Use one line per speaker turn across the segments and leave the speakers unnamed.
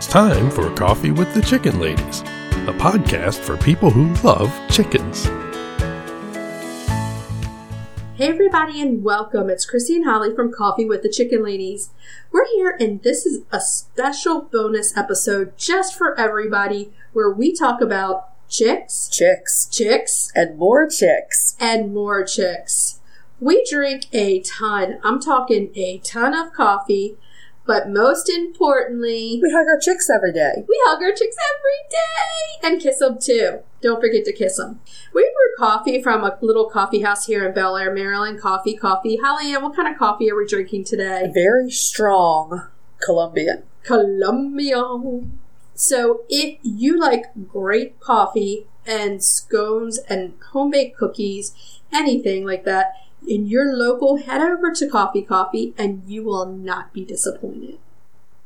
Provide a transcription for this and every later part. time for Coffee with the Chicken Ladies, a podcast for people who love chickens.
Hey, everybody, and welcome. It's Chrissy and Holly from Coffee with the Chicken Ladies. We're here, and this is a special bonus episode just for everybody where we talk about chicks,
chicks
chicks,
and more chicks.
and more chicks. We drink a ton. I'm talking a ton of coffee, but most importantly,
We hug our chicks every day.
we hug our chicks every day and kiss them too. Don't forget to kiss them. We brew coffee from a little coffee house here in Bel Air, Maryland. Coffee, coffee. Holly, Ann, what kind of coffee are we drinking today?
Very strong Colombian.
Colombia. So, if you like great coffee and scones and homemade cookies, anything like that, in your local, head over to Coffee Coffee and you will not be disappointed.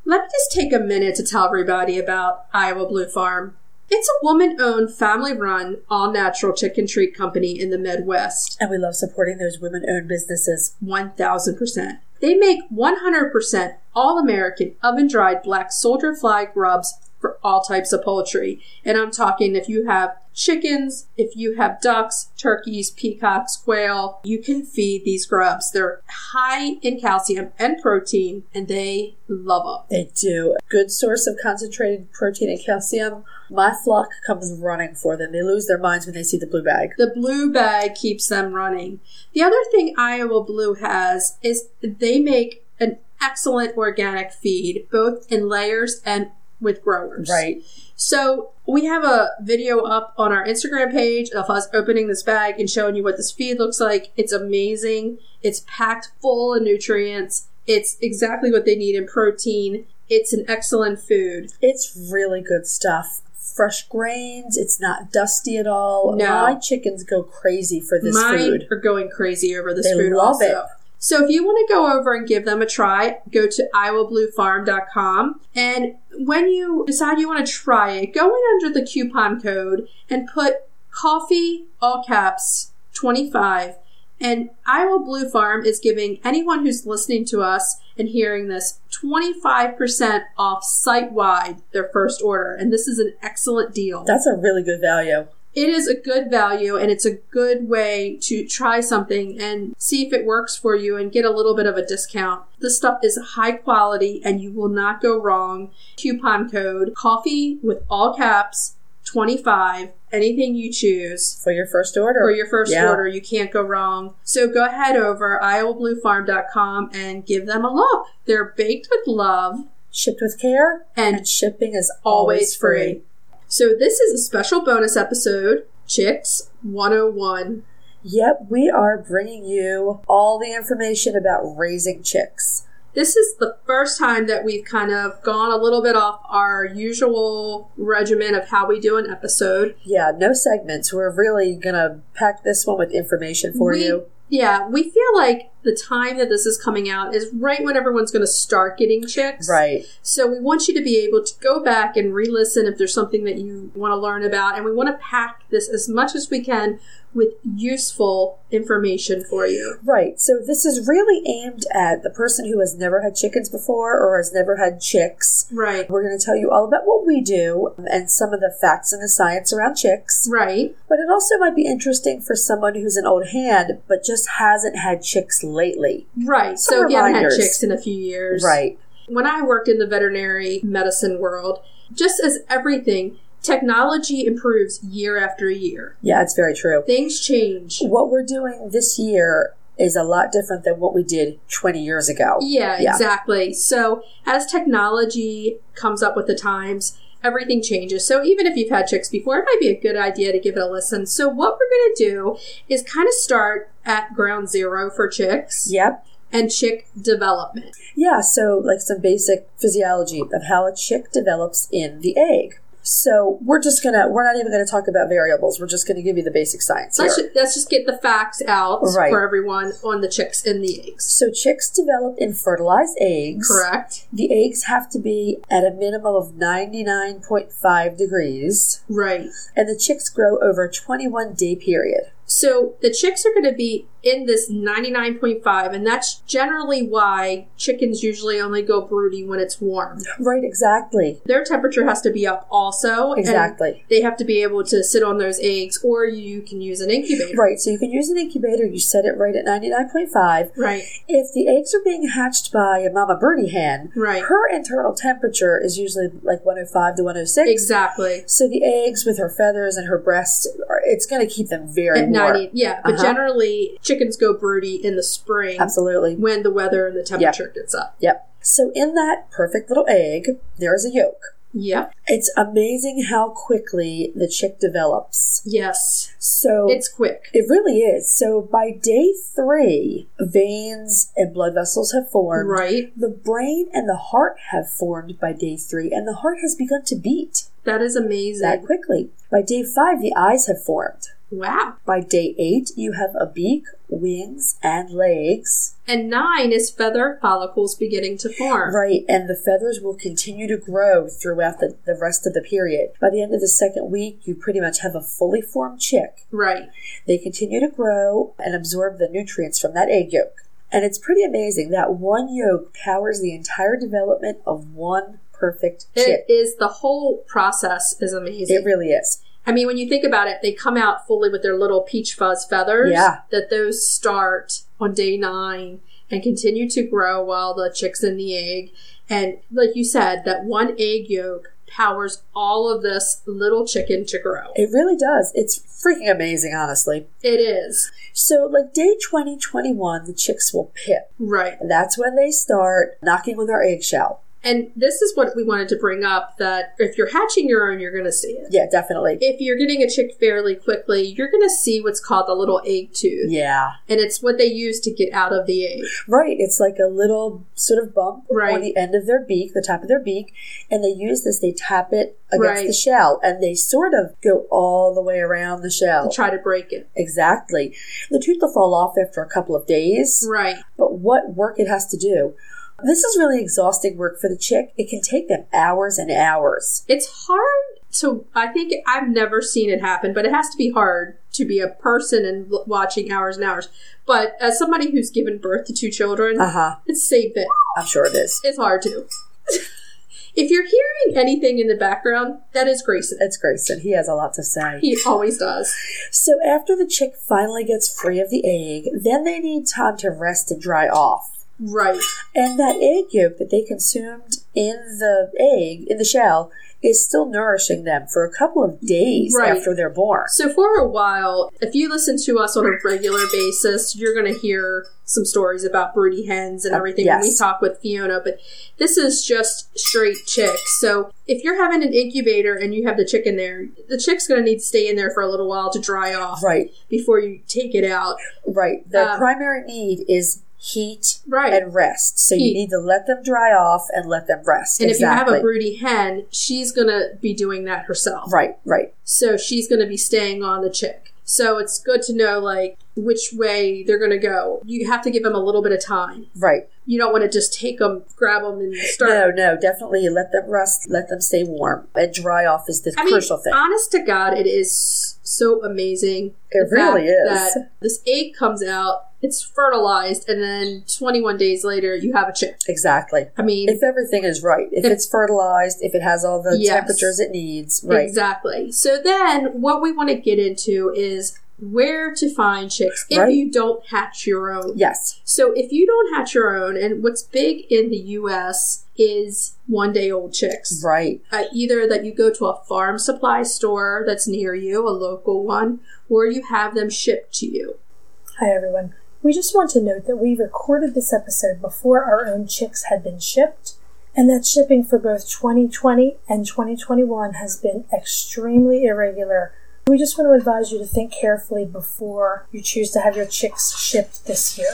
Let me just take a minute to tell everybody about Iowa Blue Farm. It's a woman owned, family run, all natural chicken treat company in the Midwest.
And we love supporting those women owned businesses.
1000%. They make 100% all American oven dried black soldier fly grubs for all types of poultry. And I'm talking if you have chickens, if you have ducks, turkeys, peacocks, quail, you can feed these grubs. They're high in calcium and protein, and they love them.
They do. Good source of concentrated protein and calcium. My flock comes running for them. They lose their minds when they see the blue bag.
The blue bag keeps them running. The other thing Iowa Blue has is they make an excellent organic feed, both in layers and with growers.
Right.
So we have a video up on our Instagram page of us opening this bag and showing you what this feed looks like. It's amazing. It's packed full of nutrients. It's exactly what they need in protein. It's an excellent food.
It's really good stuff. Fresh grains. It's not dusty at all.
No.
My chickens go crazy for this
Mine
food.
are going crazy over this
They
food
love
also.
it.
So if you want to go over and give them a try, go to iowabluefarm.com and when you decide you want to try it, go in under the coupon code and put coffee all caps 25 and Iowa Blue Farm is giving anyone who's listening to us and hearing this 25% off site wide their first order and this is an excellent deal.
That's a really good value.
It is a good value and it's a good way to try something and see if it works for you and get a little bit of a discount. This stuff is high quality and you will not go wrong. Coupon code coffee with all caps 25 anything you choose
For your first order.
for your first
Yeah.
order you can't go wrong. So go ahead over iowabluefarm.com and give them a look. They're baked with love
Shipped with care.
and
And shipping is
always free. So this is a special bonus episode, Chicks 101.
Yep, we are bringing you all the information about raising chicks.
This is the first time that we've kind of gone a little bit off our usual regimen of how we do an episode.
Yeah, no segments. We're really going to pack this one with information for
We-
you.
Yeah, we feel like the time that this is coming out is right when everyone's going to start getting chicks.
Right.
So we want you to be able to go back and re listen if there's something that you want to learn about. And we want to pack this as much as we can with useful information for you.
Right. So this is really aimed at the person who has never had chickens before or has never had chicks.
Right.
We're going to tell you all about what we do and some of the facts and the science around chicks.
Right.
But it also might be interesting for someone who's an old hand but just hasn't had chicks lately.
Right.
Some
So if you haven't had
reminders.
chicks in a few years.
Right.
When I worked in the veterinary medicine world, just as everything, technology improves year after year.
Yeah, it's very true.
Things change.
What we're doing this year is a lot different than what we did 20 years ago.
Yeah,
Yeah.
exactly. So as technology comes up with the times, everything changes. So even if you've had chicks before, it might be a good idea to give it a listen. So what we're going to do is kind of start at ground zero for chicks
Yep.
and chick development.
Yeah, so like some basic physiology of how a chick develops in the egg. So we're just gonna, we're not even gonna talk about variables. We're just gonna give you the basic science.
So let's,
here.
ju- let's just get the facts out
Right.
for everyone on the chicks and the eggs.
So chicks develop in fertilized eggs.
Correct.
The eggs have to be at a minimum of 99.5 degrees,
Right.
and the chicks grow over a 21 day period.
So the chicks are going to be in this 99.5, and that's generally why chickens usually only go broody when it's warm.
Right, exactly.
Their temperature has to be up also. and
Exactly.
they have to be able to sit on those eggs, or you can use an incubator.
Right, so you can use an incubator, you set it right at 99.5.
Right.
If the eggs are being hatched by a mama birdie hen,
Right.
her internal temperature is usually like 105 to 106.
Exactly.
So the eggs with her feathers and her breast, are- it's going to keep them very
At
warm.
90, yeah. But
Uh-huh.
generally, chickens go broody in the spring
Absolutely.
when the weather and the temperature gets up.
Yep. So in that perfect little egg, there's a yolk.
Yep.
It's amazing how quickly the chick develops.
Yes.
So
It's quick.
it really is. So by day three, veins and blood vessels have formed.
Right.
The brain and the heart have formed by day three, and the heart has begun to beat
That is amazing.
that quickly. By day five, the eyes have formed.
wow.
By day eight, you have a beak, wings, and legs.
And nine is feather follicles beginning to form.
Right, and the feathers will continue to grow throughout the, the rest of the period. By the end of the second week, you pretty much have a fully formed chick.
Right.
They continue to grow and absorb the nutrients from that egg yolk. And it's pretty amazing that one yolk powers the entire development of one perfect
It
chick.
is the whole process is amazing.
it really is.
I mean, when you think about it, they come out fully with their little peach fuzz feathers.
Yeah.
That those start on day nine and continue to grow while the chick's in the egg. And like you said, that one egg yolk powers all of this little chicken to grow.
It really does. It's freaking amazing, honestly.
It is.
So, like day 20, 21, the chicks will pip.
Right.
That's when they start knocking with our eggshell.
And this is what we wanted to bring up that if you're hatching your own, you're going to see it.
Yeah, definitely.
If you're getting a chick fairly quickly, you're going to see what's called the little egg tooth.
Yeah.
And it's what they use to get out of the egg.
Right. It's like a little sort of bump
Right.
on the end of their beak, the top of their beak, and they use this, they tap it against
Right.
the shell, and they sort of go all the way around the shell.
and Try to break it.
exactly. The tooth will fall off after a couple of days,
Right.
but what work it has to do. This is really exhausting work for the chick. It can take them hours and hours.
It's hard to, I think I've never seen it happen, but it has to be hard to be a person and l- watching hours and hours. But as somebody who's given birth to two children,
Uh huh.
it's the same thing.
I'm sure it is.
It's hard to. if you're hearing anything in the background, that is Grayson.
It's Grayson. He has a lot to say.
He always does.
So after the chick finally gets free of the egg, then they need time to rest and dry off.
Right.
And that egg yolk that they consumed in the egg, in the shell, is still nourishing them for a couple of days
Right.
after they're born.
So for a while, if you listen to us on a regular basis, you're going to hear some stories about broody hens and
Uh,
everything when we
yes.
talk with Fiona, but this is just straight chicks. So if you're having an incubator and you have the chick in there, the chick's going to need to stay in there for a little while to dry off
Right,
before you take it out.
right. Their
Um,
primary need is heat
Right.
and rest. So
Heat.
you need to let them dry off and let them rest.
and if you
exactly.
have a broody hen, she's going to be doing that herself.
Right, right.
So she's going to be staying on the chick. So it's good to know like which way they're going to go. You have to give them a little bit of time.
Right.
you don't want to just take them, grab them, and start.
No, no, definitely let them rest, let them stay warm. And dry off is the
I mean,
crucial thing.
honest to God, it is so amazing.
It
the fact
really is.
That this egg comes out, it's fertilized, and then 21 days later, you have a chick.
Exactly.
I mean,
If everything is right, if
If-
it's fertilized, if it has all the
Yes.
temperatures it needs, right?
exactly. So then, what we want to get into is where to find chicks if
Right.
you don't hatch your own.
Yes,
So if you don't hatch your own, and what's big in the U.S. is one day old chicks.
right.
uh, either that you go to a farm supply store that's near you, a local one, or you have them shipped to you.
Hi everyone. We just want to note that we recorded this episode before our own chicks had been shipped, and that shipping for both 2020 and 2021 has been extremely irregular. We just want to advise you to think carefully before you choose to have your chicks shipped this year.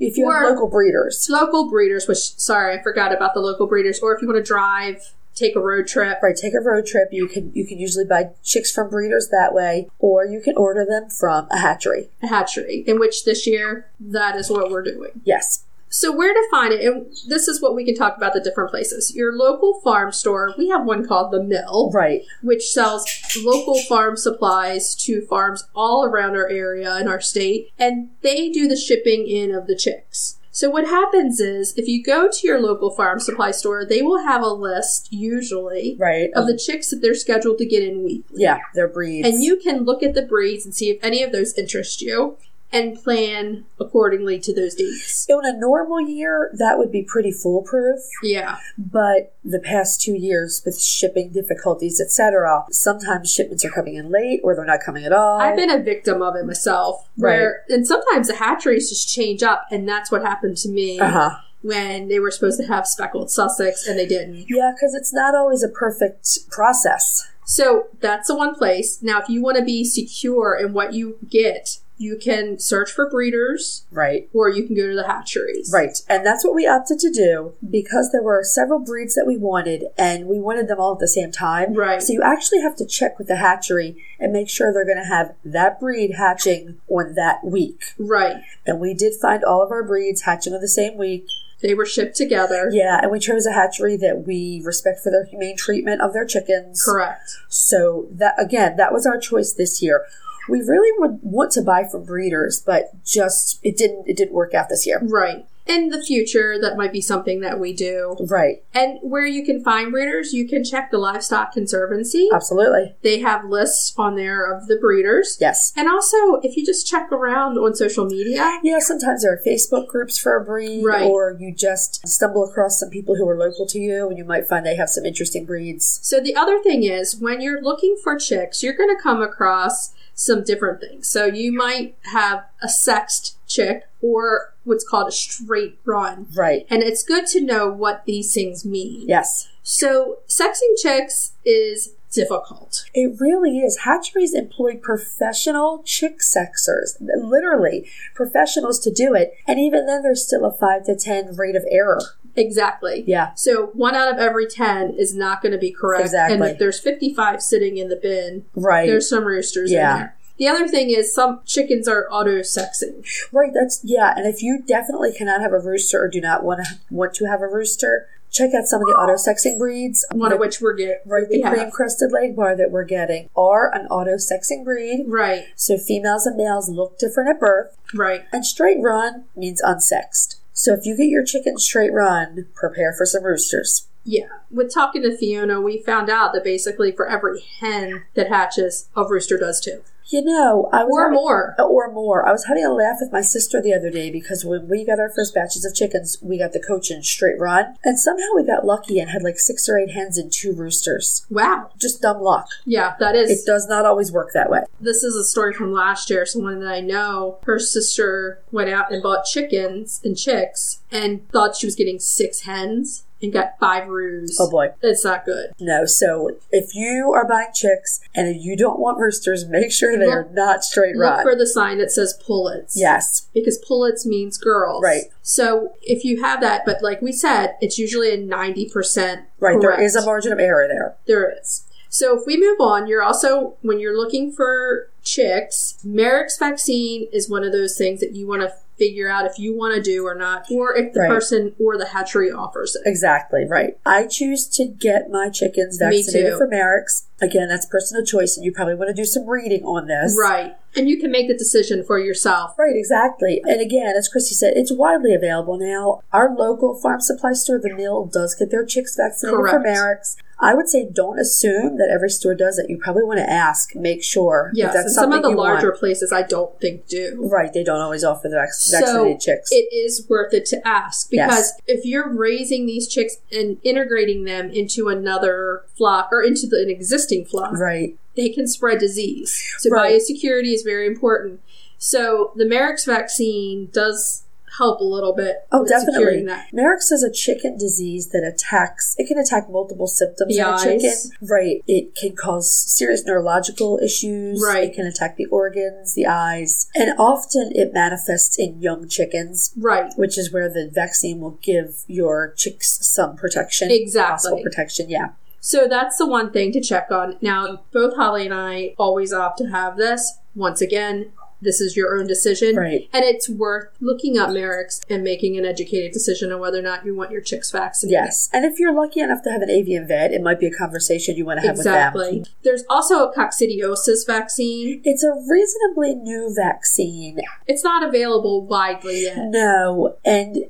If you
Or-
have local breeders,
It's local breeders, which, sorry, I forgot about the local breeders, or if you want to drive, take a road trip.
right? Take a road trip. You can you can usually buy chicks from breeders that way, or you can order them from a hatchery.
a Hatchery, in which this year that is what we're doing.
Yes.
So, where to find it? And this is what we can talk about the different places. Your local farm store, we have one called The Mill,
Right.
which sells local farm supplies to farms all around our area and our state, and they do the shipping in of the chicks. So, what happens is if you go to your local farm supply store, they will have a list, usually,
Right.
of the chicks that they're scheduled to get in weekly.
yeah, their breeds.
And you can look at the breeds and see if any of those interest you and plan accordingly to those dates.
in a normal year, that would be pretty foolproof.
Yeah.
But the past two years, with shipping difficulties, etc., sometimes shipments are coming in late or they're not coming at all.
I've been a victim of it myself. Where and sometimes the hatcheries just change up and that's what happened to me
Uh huh.
when they were supposed to have speckled Sussex and they didn't.
Yeah, because it's not always a perfect process.
So that's the one place. Now if you want to be secure in what you get, you can search for breeders
Right.
or you can go to the hatcheries.
Right. And that's what we opted to do because there were several breeds that we wanted and we wanted them all at the same time.
Right.
So you actually have to check with the hatchery and make sure they're going to have that breed hatching on that week.
Right.
And we did find all of our breeds hatching on the same week.
They were shipped together.
Yeah. And we chose a hatchery that we respect for their humane treatment of their chickens.
Correct.
So that again, that was our choice this year. We really would want to buy from breeders, but just it didn't it didn't work out this year.
Right. In the future, that might be something that we do.
Right.
And where you can find breeders, you can check the Livestock Conservancy.
Uh. Absolutely.
They have lists on there of the breeders.
Yes.
And also, if you just check around on social media,
Yeah, sometimes there are Facebook groups for a breed,
Right.
or you just stumble across some people who are local to you, and you might find they have some interesting breeds.
So the other thing is when you're looking for chicks, you're going to come across some different things. So you might have a sexed chick or what's called a straight run.
Right.
And it's good to know what these things mean.
Yes.
So sexing chicks is difficult.
It really is. Hatcheries employ professional chick sexers, literally professionals to do it, and even then there's still a 5 to 10 rate of error.
Exactly.
Yeah.
So one out of every 10 is not going to be correct. And
Exactly.
if there's 55 sitting in the bin,
Right.
there's some roosters
Yeah.
in there. The other thing is some chickens are auto sexing.
Right, that's yeah, and if you definitely cannot have a rooster or do not want to want to have a rooster, check out some of the auto sexing breeds.
One of which we're getting
right, the
we have.
cream crested leg bar that we're getting are an auto sexing breed.
Right,
So females and males look different at birth,
right.
and straight run means unsexed. So if you get your chicken straight run, prepare for some roosters.
Yeah. With talking to Fiona, we found out that basically for every hen that hatches, a rooster does too.
You know, I was
Or
having- Uh,
more.
Or more. I was having a laugh with my sister the other day because when we got our first batches of chickens, we got the coach and straight run. And somehow we got lucky and had like six or eight hens and two roosters.
Wow.
Just dumb luck.
Yeah, that
It
is.
does not always work that way.
This is a story from last year. Someone that I know, her sister went out and bought chickens and chicks and thought she was getting six hens and got five roos.
Oh boy.
It's not good.
No, so if you are buying chicks and you don't want roosters, make sure they are
Look-
not straight
Look
run.
for the sign that says pullets.
yes.
because pullets means girls.
Right.
So if you have that, but like we said, it's usually a 90%.
Right. There is a
correct.
margin of error there.
There is. So if we move on, you're also, when you're looking for chicks, Merrick's vaccine is one of those things that you want to figure out if you want to do or not, or if the
Right.
person or the hatchery offers it.
Exactly, right. I choose to get my chickens
Me
vaccinated
too.
for Merrick's. Again, that's personal choice, and you probably want to do some reading on this.
Right. And you can make the decision for yourself.
Right, exactly. And again, as Christy said, it's widely available now. Our local farm supply store, The Mill, does get their chicks vaccinated for
Correct.
Merrick's. I would say don't assume that every store does it. You probably want to ask, make sure. if
Yes. And
that's
some of
something
the
you want.
larger places I don't think do.
Right, they don't always offer the vac- vaccinated chicks.
It is worth it to ask because
Yes.
if you're raising these chicks and integrating them into another flock or into the, an existing flock,
right,
they can spread disease. So
Right.
biosecurity is very important. So the Merrick's vaccine does help a little bit.
Oh,
with
definitely.
Securing that.
Merrick's is a chicken disease that attacks, it can attack multiple symptoms
The
in a
eyes.
chicken. Right. It can cause serious neurological issues.
Right.
It can attack the organs, the eyes, and often it manifests in young chickens,
Right.
which is where the vaccine will give your chicks some protection.
Exactly.
Possible protection, yeah.
So that's the one thing to check on. Now, both Holly and I always opt to have this. Once again, This is your own decision.
Right.
And it's worth looking up Merrick's and making an educated decision on whether or not you want your chicks vaccinated.
Yes. And if you're lucky enough to have an avian vet, it might be a conversation you want to have with them.
Exactly. There's also a coccidiosis vaccine.
It's a reasonably new vaccine.
It's not available widely yet.
No, and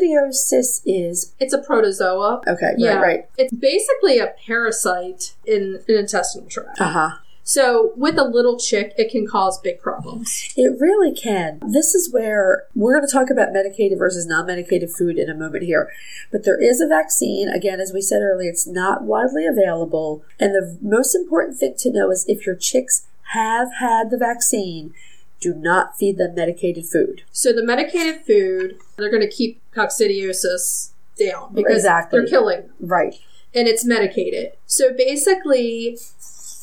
coccidiosis is
It's a protozoa.
okay, right, right.
It's basically a parasite in an intestinal tract.
Uh huh.
So with a little chick, it can cause big problems.
It really can. This is where we're going to talk about medicated versus non medicated food in a moment here. But there is a vaccine. Again, as we said earlier, it's not widely available. And the most important thing to know is if your chicks have had the vaccine, do not feed them medicated food.
So the medicated food, they're going to keep coccidiosis down because
Exactly.
they're killing them.
Right.
and it's medicated. So basically,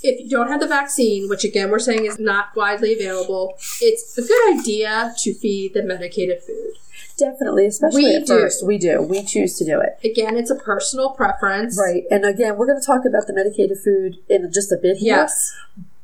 if you don't have the vaccine, which again we're saying is not widely available, it's a good idea to feed the medicated food.
Definitely, especially
We
at
do.
first. We do. We choose to do it.
Again, it's a personal preference.
Right. And again, we're going to talk about the medicated food in just a bit here.
Yes.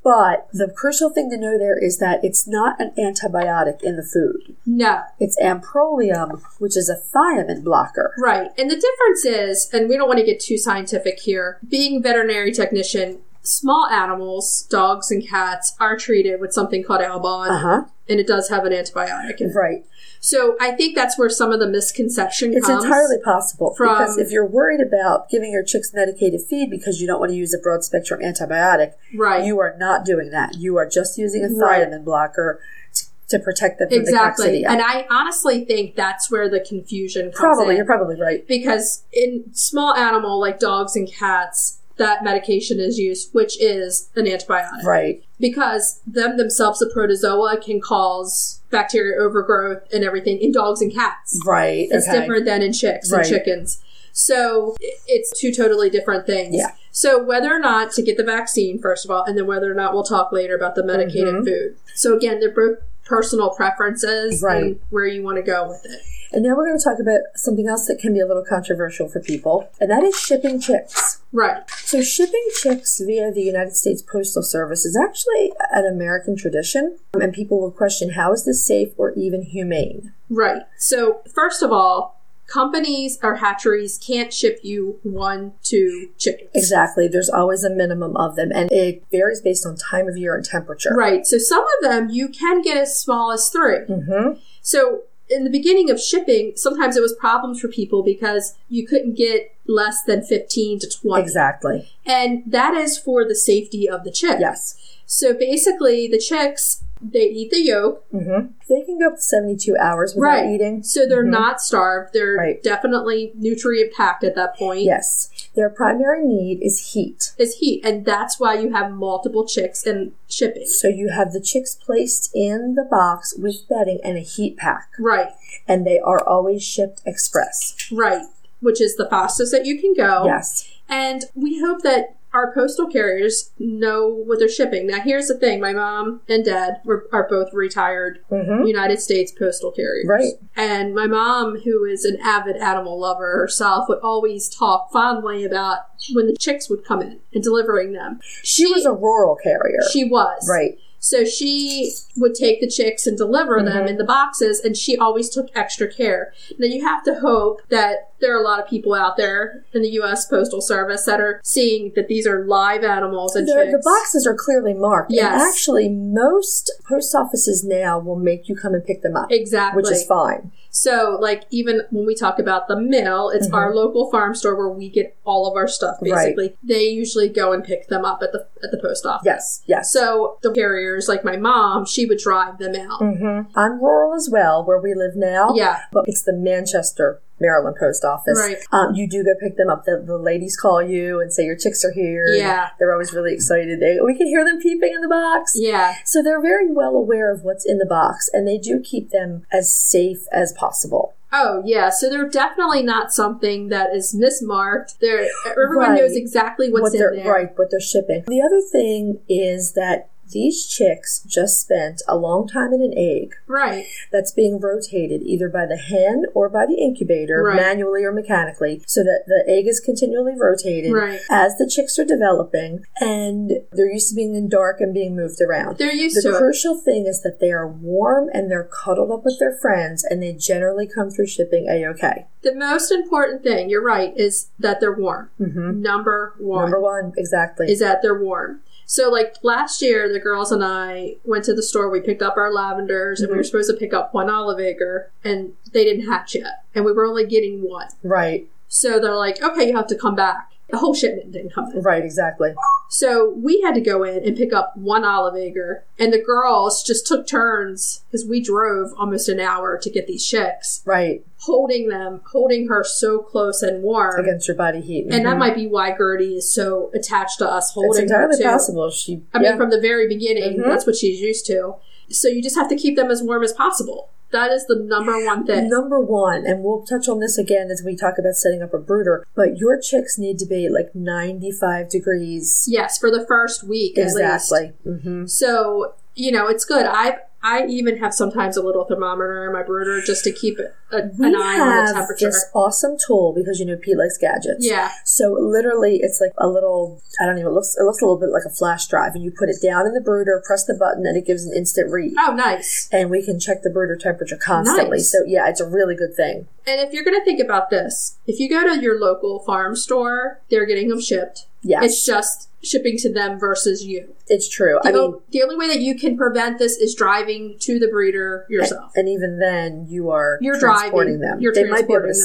But the crucial thing to know there is that it's not an antibiotic in the food.
No.
It's amprolium, which is a thiamine blocker.
Right. And the difference is, and we don't want to get too scientific here, being a veterinary technician, small animals, dogs and cats, are treated with something called Albon,
Uh huh.
and it does have an antibiotic. in it.
Right.
So I think that's where some of the misconception
It's
comes.
entirely possible
from-
because if you're worried about giving your chicks medicated feed because you don't want to use a broad spectrum antibiotic,
right.
you are not doing that. You are just using a
Right.
thiamine blocker to, to protect them from
Exactly.
the coccidia.
And I honestly think that's where the confusion comes
probably,
in.
you're probably right.
because in small animal like dogs and cats, that medication is used, which is an antibiotic.
Right.
Because them themselves, the protozoa, can cause bacteria overgrowth and everything in dogs and cats.
Right.
It's
okay.
different than in chicks
Right.
and chickens. So i- it's two totally different things.
Yeah.
So whether or not to get the vaccine, first of all, and then whether or not we'll talk later about the medicated
Mm-hmm.
food. So again, they're both personal preferences
Right.
and where you want to go with it.
And now we're going to talk about something else that can be a little controversial for people, and that is shipping chicks.
Right.
So, shipping chicks via the United States Postal Service is actually an American tradition, and people will question how is this safe or even humane?
Right. So first of all, companies or hatcheries can't ship you one, two chickens.
Exactly, there's always a minimum of them, and it varies based on time of year and temperature.
Right. So some of them you can get as small as three.
Mm-hmm.
So in the beginning of shipping, sometimes it was problems for people because you couldn't get less than 15 to 20.
Exactly.
And that is for the safety of the chick.
Yes.
So basically the chicks they eat the yolk,
Mm-hmm. They can go up to 72 hours without
Right.
eating. Mm-hmm.
so they're not starved. They're
Right.
definitely nutrient packed at that point.
Yes. Their primary need is heat.
Is heat, and that's why you have multiple chicks in shipping.
So you have the chicks placed in the box with bedding and a heat pack,
Right,
and they are always shipped express.
right. Which is the fastest that you can go.
Yes.
And we hope that our postal carriers know what they're shipping. Now, here's the thing my mom and dad were, are both retired
Mm-hmm.
United States postal carriers.
Right.
And my mom, who is an avid animal lover herself, would always talk fondly about when the chicks would come in and delivering them.
She was a rural carrier.
She was.
right.
So she would take the chicks and deliver
Mm-hmm.
them in the boxes, and she always took extra care. Now you have to hope that there are a lot of people out there in the U.S. Postal Service that are seeing that these are live animals and
The,
chicks.
the boxes are clearly marked. And
Yes.
actually, most post offices now will make you come and pick them up,
Exactly.
which is fine.
So, like, even when we talk about the mill, it's our local farm store where we get all of our stuff.
Mm-hmm. Right.
Basically, they usually go and pick them up at the at the post office.
Yes. Yes.
So the carriers, like my mom, she would drive them out.
mm-hmm. I'm rural as well, where we live now.
Yeah.
But it's the Manchester, Maryland post office.
Right.
Um, you do go pick them up. The, the ladies call you and say your chicks are here. and
Yeah.
They're always really excited. They, we can hear them peeping in the box.
Yeah.
So they're very well aware of what's in the box, and they do keep them as safe as possible.
Oh yeah, so they're definitely not something that is mismarked. They're everyone
Right.
knows exactly what's
what
in
they're
there.
right, what they're shipping. The other thing is that These chicks just spent a long time in an egg
Right.
that's being rotated either by the hen or by the incubator,
Right.
manually or mechanically, so that the egg is continually rotated
Right.
as the chicks are developing and they're used to being in dark and being moved around.
They're used
the
to it.
crucial thing is that they are warm and they're cuddled up with their friends and they generally come through shipping a okay.
The most important thing, you're right, is that they're warm.
Mm-hmm.
Number one
Number one, exactly.
is that they're warm. So, like last year, the girls and I went to the store. We picked up our lavenders,
Mm-hmm.
and we were supposed to pick up one olive acre, and they didn't hatch yet, and we were only getting one.
right,
So they're like, "Okay, you have to come back." The whole shipment didn't come in,
right, exactly.
so we had to go in and pick up one olive acre, and the girls just took turns because we drove almost an hour to get these chicks,
Right,
holding them, holding her so close and warm.
against your body heat.
And that
Mhm.
might be why Gertie is so attached to us
It's
holding her
entirely
too.
possible. She,
I
yeah.
mean, from the very beginning,
Mhm.
that's what she's used to. So you just have to keep them as warm as possible. That is the number one thing.
Number one, and we'll touch on this again as we talk about setting up a brooder, but your chicks need to be like 95 degrees.
Yes, for the first week at least. Mm-hmm.
exactly. hmm
So you know, it's good. I I even have sometimes a little thermometer in my brooder just to keep it, a,
We
an eye on the
have
temperature.
this awesome tool because you know Pete likes gadgets.
yeah,
So literally, it's like a little. I don't even. It looks. It looks a little bit like a flash drive, and you put it down in the brooder, press the button, and it gives an instant read.
Oh, nice.
And we can check the brooder temperature constantly.
Nice.
So yeah, it's a really good thing.
And if you're going to think about this, if you go to your local farm store, they're getting them shipped.
Yes, it's,
It's just shipping to them versus you.
true.
The,
I mean,
o- the only way that you can prevent this is driving to the breeder yourself.
and even then, you are
You're
transporting
driving,
them.
you're
they might be able to
transporting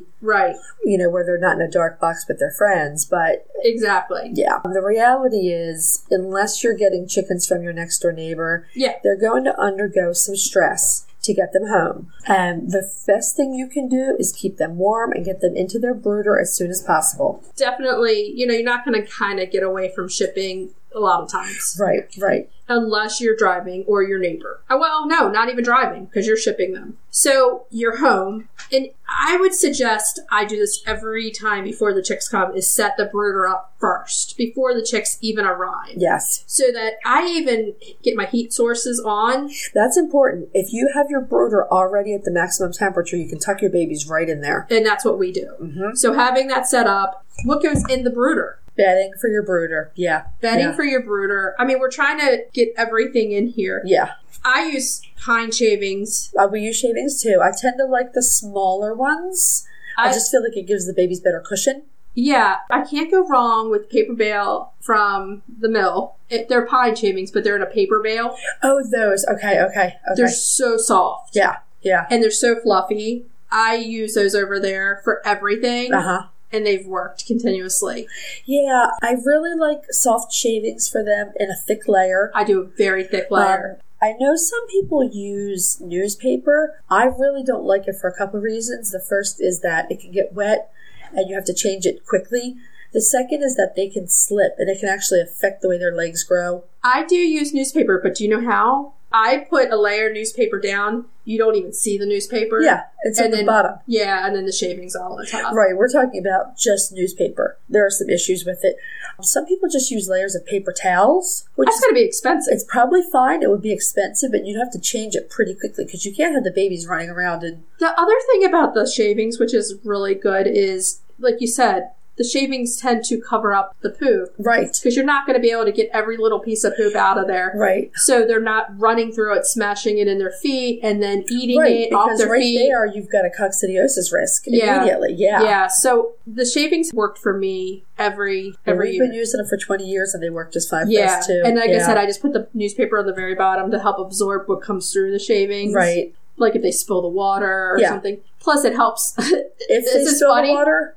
them.
see,
Right.
you know, where they're not in a dark box with their friends. But
Exactly.
yeah, the reality is, unless you're getting chickens from your next door neighbor,
Yeah.
they're going to undergo some stress to get them home. And the best thing you can do is keep them warm and get them into their brooder as soon as possible.
Definitely, you know, you're not going to kind of get away from shipping a lot of times
Right, right.
unless you're driving or your neighbor. Uh, Well, no, not even driving because you're shipping them. So you're home. And I would suggest I do this every time before the chicks come is set the brooder up first before the chicks even arrive.
Yes,
So that I even get my heat sources on.
that's important. If you have your brooder already at the maximum temperature, you can tuck your babies right in there.
And that's what we do.
Mhm.
So having that set up, what goes in the brooder?
Bedding for your brooder. Yeah,
bedding
Yeah.
for your brooder. I mean, we're trying to get everything in here.
yeah.
I use pine shavings.
Uh, we use shavings too. I tend to like the smaller ones. I,
I-
just feel like it gives the babies better cushion.
Yeah, I can't go wrong with paper bale from the mill. It, they're pine shavings, but they're in a paper bale.
Oh, those. Okay, okay, okay.
They're so soft
yeah, yeah.
and they're so fluffy. I use those over there for everything,
Uh huh.
and they've worked continuously.
Yeah, I really like soft shavings for them in a thick layer.
I do a very thick layer.
Um, I know some people use newspaper. I really don't like it for a couple of reasons. The first is that it can get wet and you have to change it quickly. The second is that they can slip and it can actually affect the way their legs grow.
I do use newspaper, but do you know how? I put a layer of newspaper down. You don't even see the newspaper.
Yeah, it's at
And
the
then-
bottom.
Yeah, and then the shavings all on top.
Right, we're talking about just newspaper. There are some issues with it. Some people just use layers of paper towels, which
That's
is
going to be expensive.
it's probably fine. It would be expensive, and you'd have to change it pretty quickly because you can't have the babies running around and
The other thing about the shavings, which is really good, is like you said, the shavings tend to cover up the poop
right,
because you're not going to be able to get every little piece of poop out of there.
right,
So they're not running through it, smashing it in their feet, and then eating
right.
it off
Because
their
right
feet.
there, you've got a coccidiosis risk
Yeah.
immediately.
yeah.
Yeah,
So the shavings worked for me every
And
every
We've been
year.
using them for twenty years, and they work just fine for
Yeah,
us too.
and like I
Yeah.
said, I just put the newspaper on the very bottom to help absorb what comes through the shavings.
right.
Like if they spill the water or
Yeah.
something. Plus, it helps
If
This
they
is
spill
funny.
the water,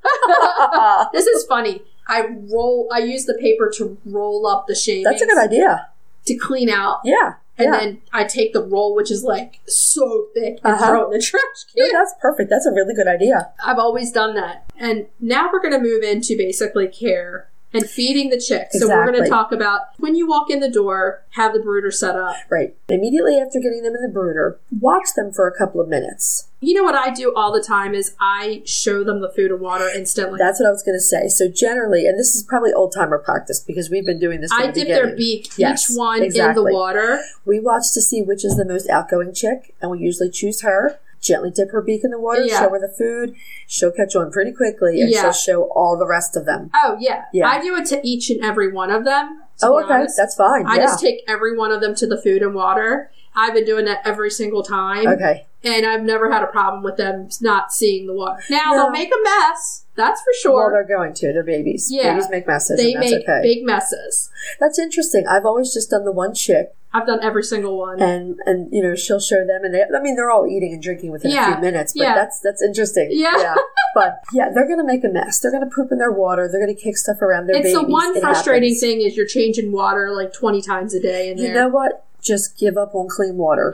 This is funny. I roll. I use the paper to roll up the shavings.
that's a good idea.
To clean out,
Yeah,
and
yeah.
then I take the roll, which is like so thick, and
Uh-huh.
throw it in the trash
Yeah,
can.
that's perfect. That's a really good idea.
I've always done that, and now we're going to move into basically care and feeding the chicks. So we're going to
Exactly.
talk about when you walk in the door, have the brooder set up.
Right. Immediately after getting them in the brooder, watch them for a couple of minutes.
You know what I do all the time is I show them the food and water instantly.
That's what I was going to say. So generally, and this is probably old timer practice because we've been doing this. From
I
the
dip
beginning.
their beak,
Yes,
each one in
exactly.
the water.
We watch to see which is the most outgoing chick, and we usually choose her. Gently dip her beak in the water,
Yeah.
show her the food. She'll catch on pretty quickly, and
Yeah.
she'll show all the rest of them.
Oh yeah.
Yeah.
I do it to each and every one of them. to
oh,
be
okay,
honest.
that's fine.
I
yeah.
just take every one of them to the food and water. I've been doing that every single time.
okay.
And I've never had a problem with them not seeing the water. Now
No.
they'll make a mess. That's for
Well,
sure.
they're going to. They're babies.
Yeah.
Babies make messes,
they
and that's
make
okay.
big messes.
that's interesting. I've always just done the one chick,
I've done every single one.
and and you know she'll show them, and they, I mean they're all eating and drinking within a
Yeah.
few minutes. But
Yeah.
that's that's interesting.
Yeah.
But yeah, they're gonna make a mess. They're gonna poop in their water. They're gonna kick stuff around. Their
it's
babies.
the one
It
frustrating
happens.
thing is you're changing water like 20 times a day in there.
You know what? Just give up on clean water.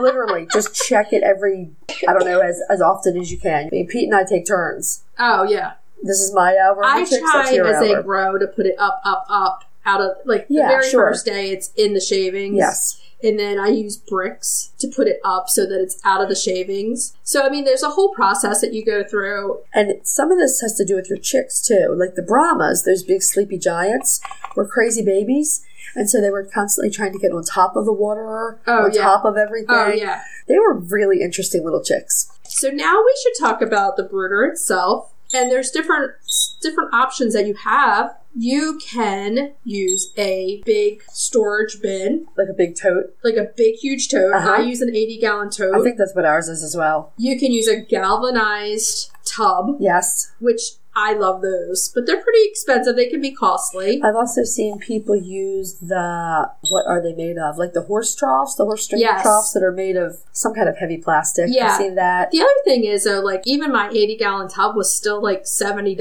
Literally, just check it every, I don't know, as, as often as you can. I mean, Pete and I take turns.
oh, yeah.
This is my hour. and
I
the chicks, that's
try
your
as they
hour.
grow to put it up, up, up out of like the
Yeah,
very
sure.
first day it's in the shavings.
Yes.
And then I use bricks to put it up so that it's out of the shavings. So, I mean, there's a whole process that you go through.
And some of this has to do with your chicks too. Like the Brahmas, those big sleepy giants, were crazy babies. And so they were constantly trying to get on top of the waterer,
Oh,
on
yeah.
top of everything.
Oh, yeah.
They were really interesting little chicks.
So now we should talk about the brooder itself. And there's different different options that you have. You can use a big storage bin,
Like a big tote.
like a big huge tote.
Uh-huh.
I use an 80 gallon tote.
I think that's what ours is as well.
you can use a galvanized tub,
Yes.
which I love those, but they're pretty expensive. They can be costly.
I've also seen people use the what are they made of? Like the horse troughs, the horse string
Yes.
troughs that are made of some kind of heavy plastic.
Yeah.
I've seen that.
The other thing is though, like even my 80 gallon tub was still like $70.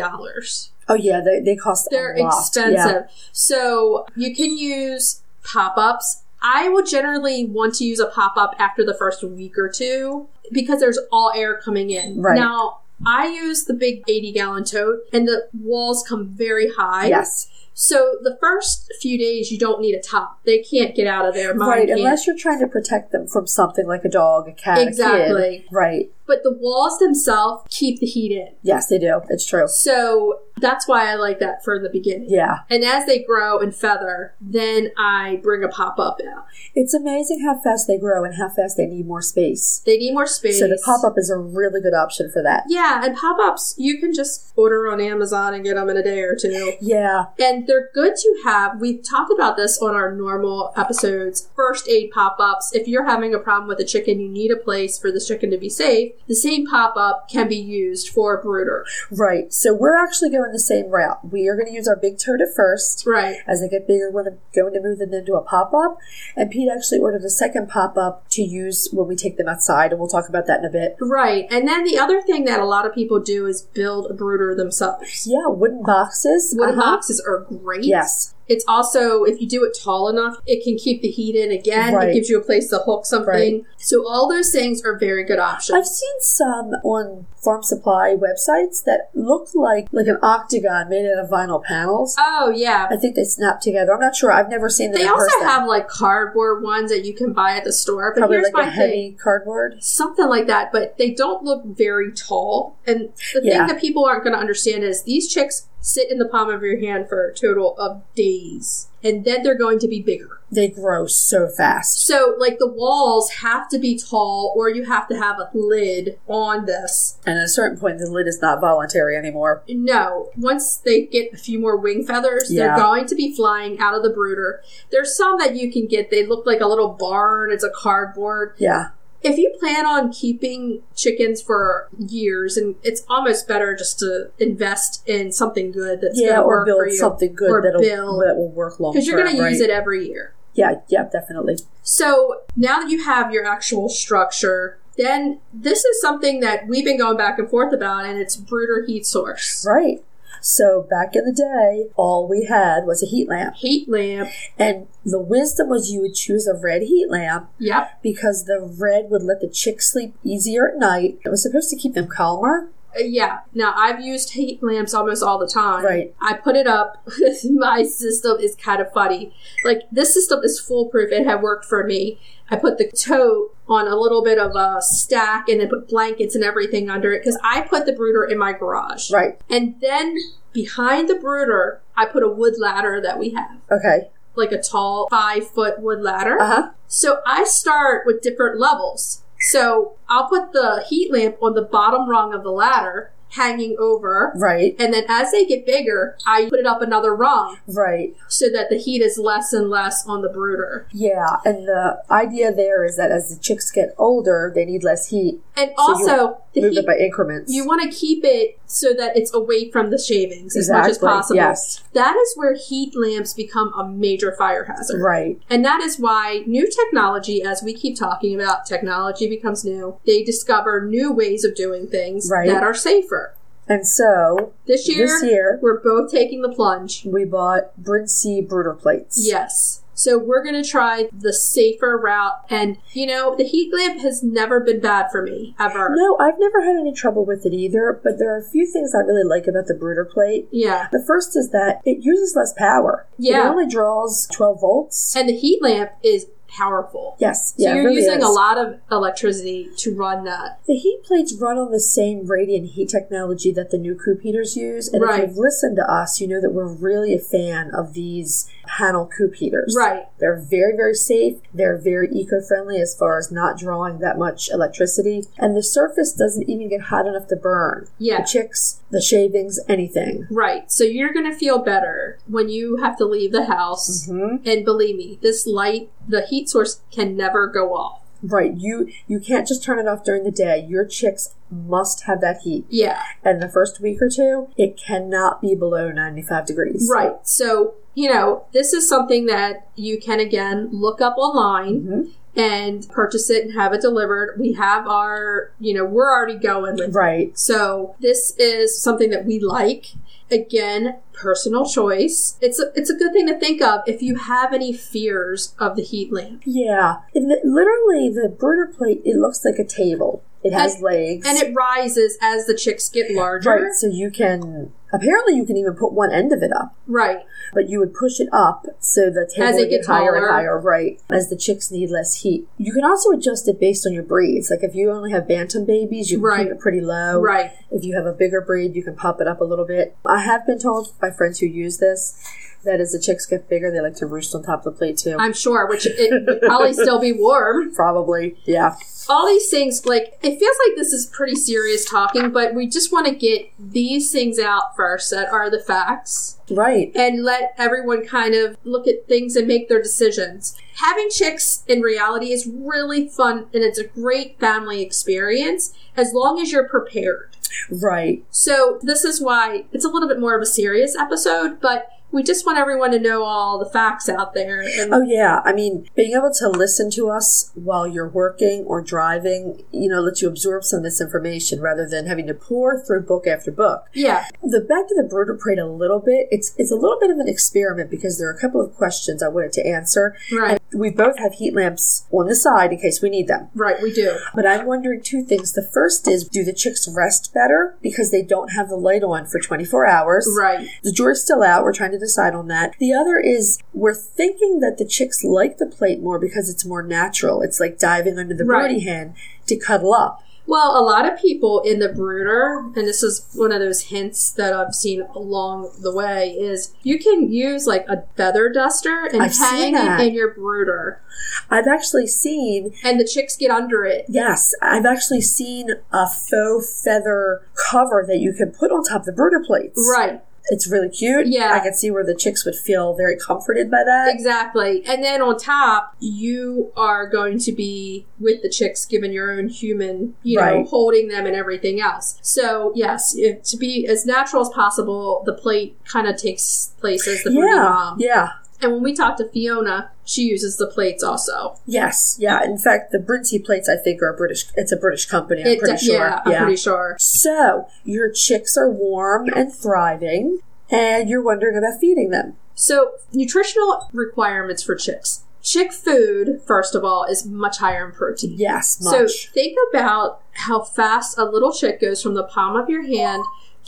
Oh yeah, they, they cost
They're
a lot. Yeah.
expensive. So you can use pop ups. I would generally want to use a pop up after the first week or two because there's all air coming in.
Right.
Now, I use the big 80 gallon tote and the walls come very high.
Yes.
So the first few days you don't need a top. They can't get out of there. Mine
Right,
can't.
unless you're trying to protect them from something like a dog, a cat, a kid.
Exactly.
Right.
but the walls themselves keep the heat in.
Yes, they do. It's true.
So that's why I like that for the beginning.
Yeah.
And as they grow and feather, then I bring a pop up out.
It's amazing how fast they grow and how fast they need more space.
They need more space.
So the pop up is a really good option for that.
Yeah, and pop ups, you can just order on Amazon and get them in a day or two.
Yeah.
And they're good to have. We've talked about this on our normal episodes. First aid pop ups. If you're having a problem with a chicken, you need a place for the chicken to be safe. The same pop up can be used for a brooder.
Right. So we're actually going the same route. We are going to use our big totem first.
Right.
As they get bigger, we're going to move them into a pop up. And Pete actually ordered a second pop up to use when we take them outside, and we'll talk about that in a bit.
Right. And then the other thing that a lot of people do is build a brooder themselves.
Yeah, wooden boxes.
Wooden
Uh-huh.
boxes are great.
Yes,
It's also, if you do it tall enough, it can keep the heat in again.
Right.
It gives you a place to hook something. So, all those things are very good
I've
options.
seen some on farm supply websites that look like like an octagon made out of vinyl panels.
oh, yeah.
I think they snap together. I'm not sure. I've never seen them.
They
in
also
person.
have like cardboard ones that you can buy at the store. But
probably
here's
like
my
a
thing.
heavy cardboard.
Something like that, but they don't look very tall. And the
Yeah.
thing that people aren't going to understand is these chicks sit in the palm of your hand for a total of days, and then they're going to be bigger.
They grow so fast.
So, like, the walls have to be tall, or you have to have a lid on this.
And at a certain point, the lid is not voluntary anymore.
No, once they get a few more wing feathers,
Yeah.
they're going to be flying out of the brooder. There's some that you can get, they look like a little barn, it's a cardboard.
Yeah,
If you plan on keeping chickens for years, and it's almost better just to invest in something good that's
yeah,
going to
or
work for
build
you,
something good
or
that'll
build.
that will work long
because you're
term,
going to use
right?
it every year.
Yeah, yeah, definitely.
So now that you have your actual structure, then this is something that we've been going back and forth about, and it's brooder heat source,
Right. So back in the day, all we had was a heat lamp.
heat lamp.
And the wisdom was you would choose a red heat lamp
Yep.
because the red would let the chick sleep easier at night. It was supposed to keep them calmer.
Uh, Yeah. Now I've used heat lamps almost all the time.
Right.
I put it up. My system is kind of funny. Like this system is foolproof. It had worked for me. I put the tote on a little bit of a stack and then put blankets and everything under it because I put the brooder in my garage.
Right.
And then behind the brooder, I put a wood ladder that we have,
Okay.
like a tall five foot wood ladder.
Uh huh.
So I start with different levels. So I'll put the heat lamp on the bottom rung of the ladder, hanging over.
Right.
And then as they get bigger, I put it up another rung
Right.
so that the heat is less and less on the brooder.
Yeah. And the idea there is that as the chicks get older, they need less heat.
And
So you
also, the
Move
heat,
it by increments.
you want to keep it so that it's away from the shavings as much as possible.
Yes.
That is where heat lamps become a major fire hazard.
Right.
And that is why new technology, as we keep talking about, technology becomes new. They discover new ways of doing things
Right.
that are safer.
And so
This year,
this year
we're both taking the plunge.
we bought Brincy Bruder plates.
Yes. So we're going to try the safer route. And, you know, the heat lamp has never been bad for me, ever.
No, I've never had any trouble with it either, but there are a few things I really like about the Bruder plate.
Yeah.
The first is that it uses less power.
Yeah.
It only draws 12 volts.
And the heat lamp is powerful.
yes.
So
yeah, it
you're
really
using
is.
a lot of electricity to run that.
The heat plates run on the same radiant heat technology that the new coupe heaters use. And
Right.
if you've listened to us, you know that we're really a fan of these panel coupe heaters.
Right.
They're very, very safe. They're very eco friendly as far as not drawing that much electricity. And the surface doesn't even get hot enough to burn.
Yeah.
The chicks, the shavings, anything.
Right. So you're going to feel better when you have to leave the house.
hmm
And believe me, this light, the heat source can never go off.
Right. You you can't just turn it off during the day. Your chicks must have that heat.
Yeah,
And the first week or two, it cannot be below 95 degrees.
right. So, you know, this is something that you can again look up online
hmm
and purchase it and have it delivered. We have our, you know, we're already going with
Right.
So, this is something that we like. Again, personal choice. It's a, it's a good thing to think of if you have any fears of the heat lamp.
Yeah, and the, literally the burner plate. It looks like a table. It has legs,
And it rises as the chicks get larger.
right. So you can apparently you can even put one end of it up,
Right.
but you would push it up so the table
As it
would get
gets
higher and
taller.
higher, right? As the chicks need less heat, you can also adjust it based on your breeds. Like if you only have bantam babies, you can
Right.
keep it pretty low.
Right.
If you have a bigger breed, you can pop it up a little bit. I have been told by friends who use this that as the chicks get bigger, they like to roost on top of the plate too.
I'm sure, which it would probably still be warm.
Probably, yeah.
all these things like it feels like this is pretty serious talking but we just want to get these things out first that are the facts
Right.
and let everyone kind of look at things and make their decisions having chicks in reality is really fun and it's a great family experience as long as you're prepared
Right.
so this is why it's a little bit more of a serious episode but we just want everyone to know all the facts out there and
Oh yeah, I mean, being able to listen to us while you're working or driving, you know, lets you absorb some of this information rather than having to pour through book after book.
yeah
The back to the Bruder Parade a little bit. It's it's a little bit of an experiment because there are a couple of questions I wanted to answer.
right
We both have heat lamps on the side in case we need them.
right we do
But I'm wondering two things. The first is, do the chicks rest better because they don't have the light on for 24 hours?
right
The jury's still out. We're trying to decide on that. The other is we're thinking that the chicks like the plate more because it's more natural. It's like diving under the
Right.
birdie hen to cuddle up.
Well, a lot of people in the brooder, and this is one of those hints that I've seen along the way, is you can use like a feather duster and
I've seen
hang
that.
it in your brooder,
I've actually seen,
and the chicks get under it.
yes, I've actually seen a faux feather cover that you can put on top of the brooder plates.
Right,
It's really cute.
Yeah.
I can see where the chicks would feel very comforted by that.
exactly. And then on top, you are going to be with the chicks, given your own human, you know,
Right.
holding them and everything else. So, yes, if, to be as natural as possible, the plate kind of takes place as the broody
Yeah.
mom.
Yeah.
And when we talk to Fiona, she uses the plates also.
Yes. Yeah. In fact, the Brincy plates, I think, are a British, it's a British company. I'm
It
pretty
de-
sure.
Yeah, I'm pretty sure.
So, your chicks are warm and thriving, and you're wondering about feeding them.
So, nutritional requirements for chicks. Chick food, first of all, is much higher in protein.
Yes,
So
much.
think about how fast a little chick goes from the palm of your hand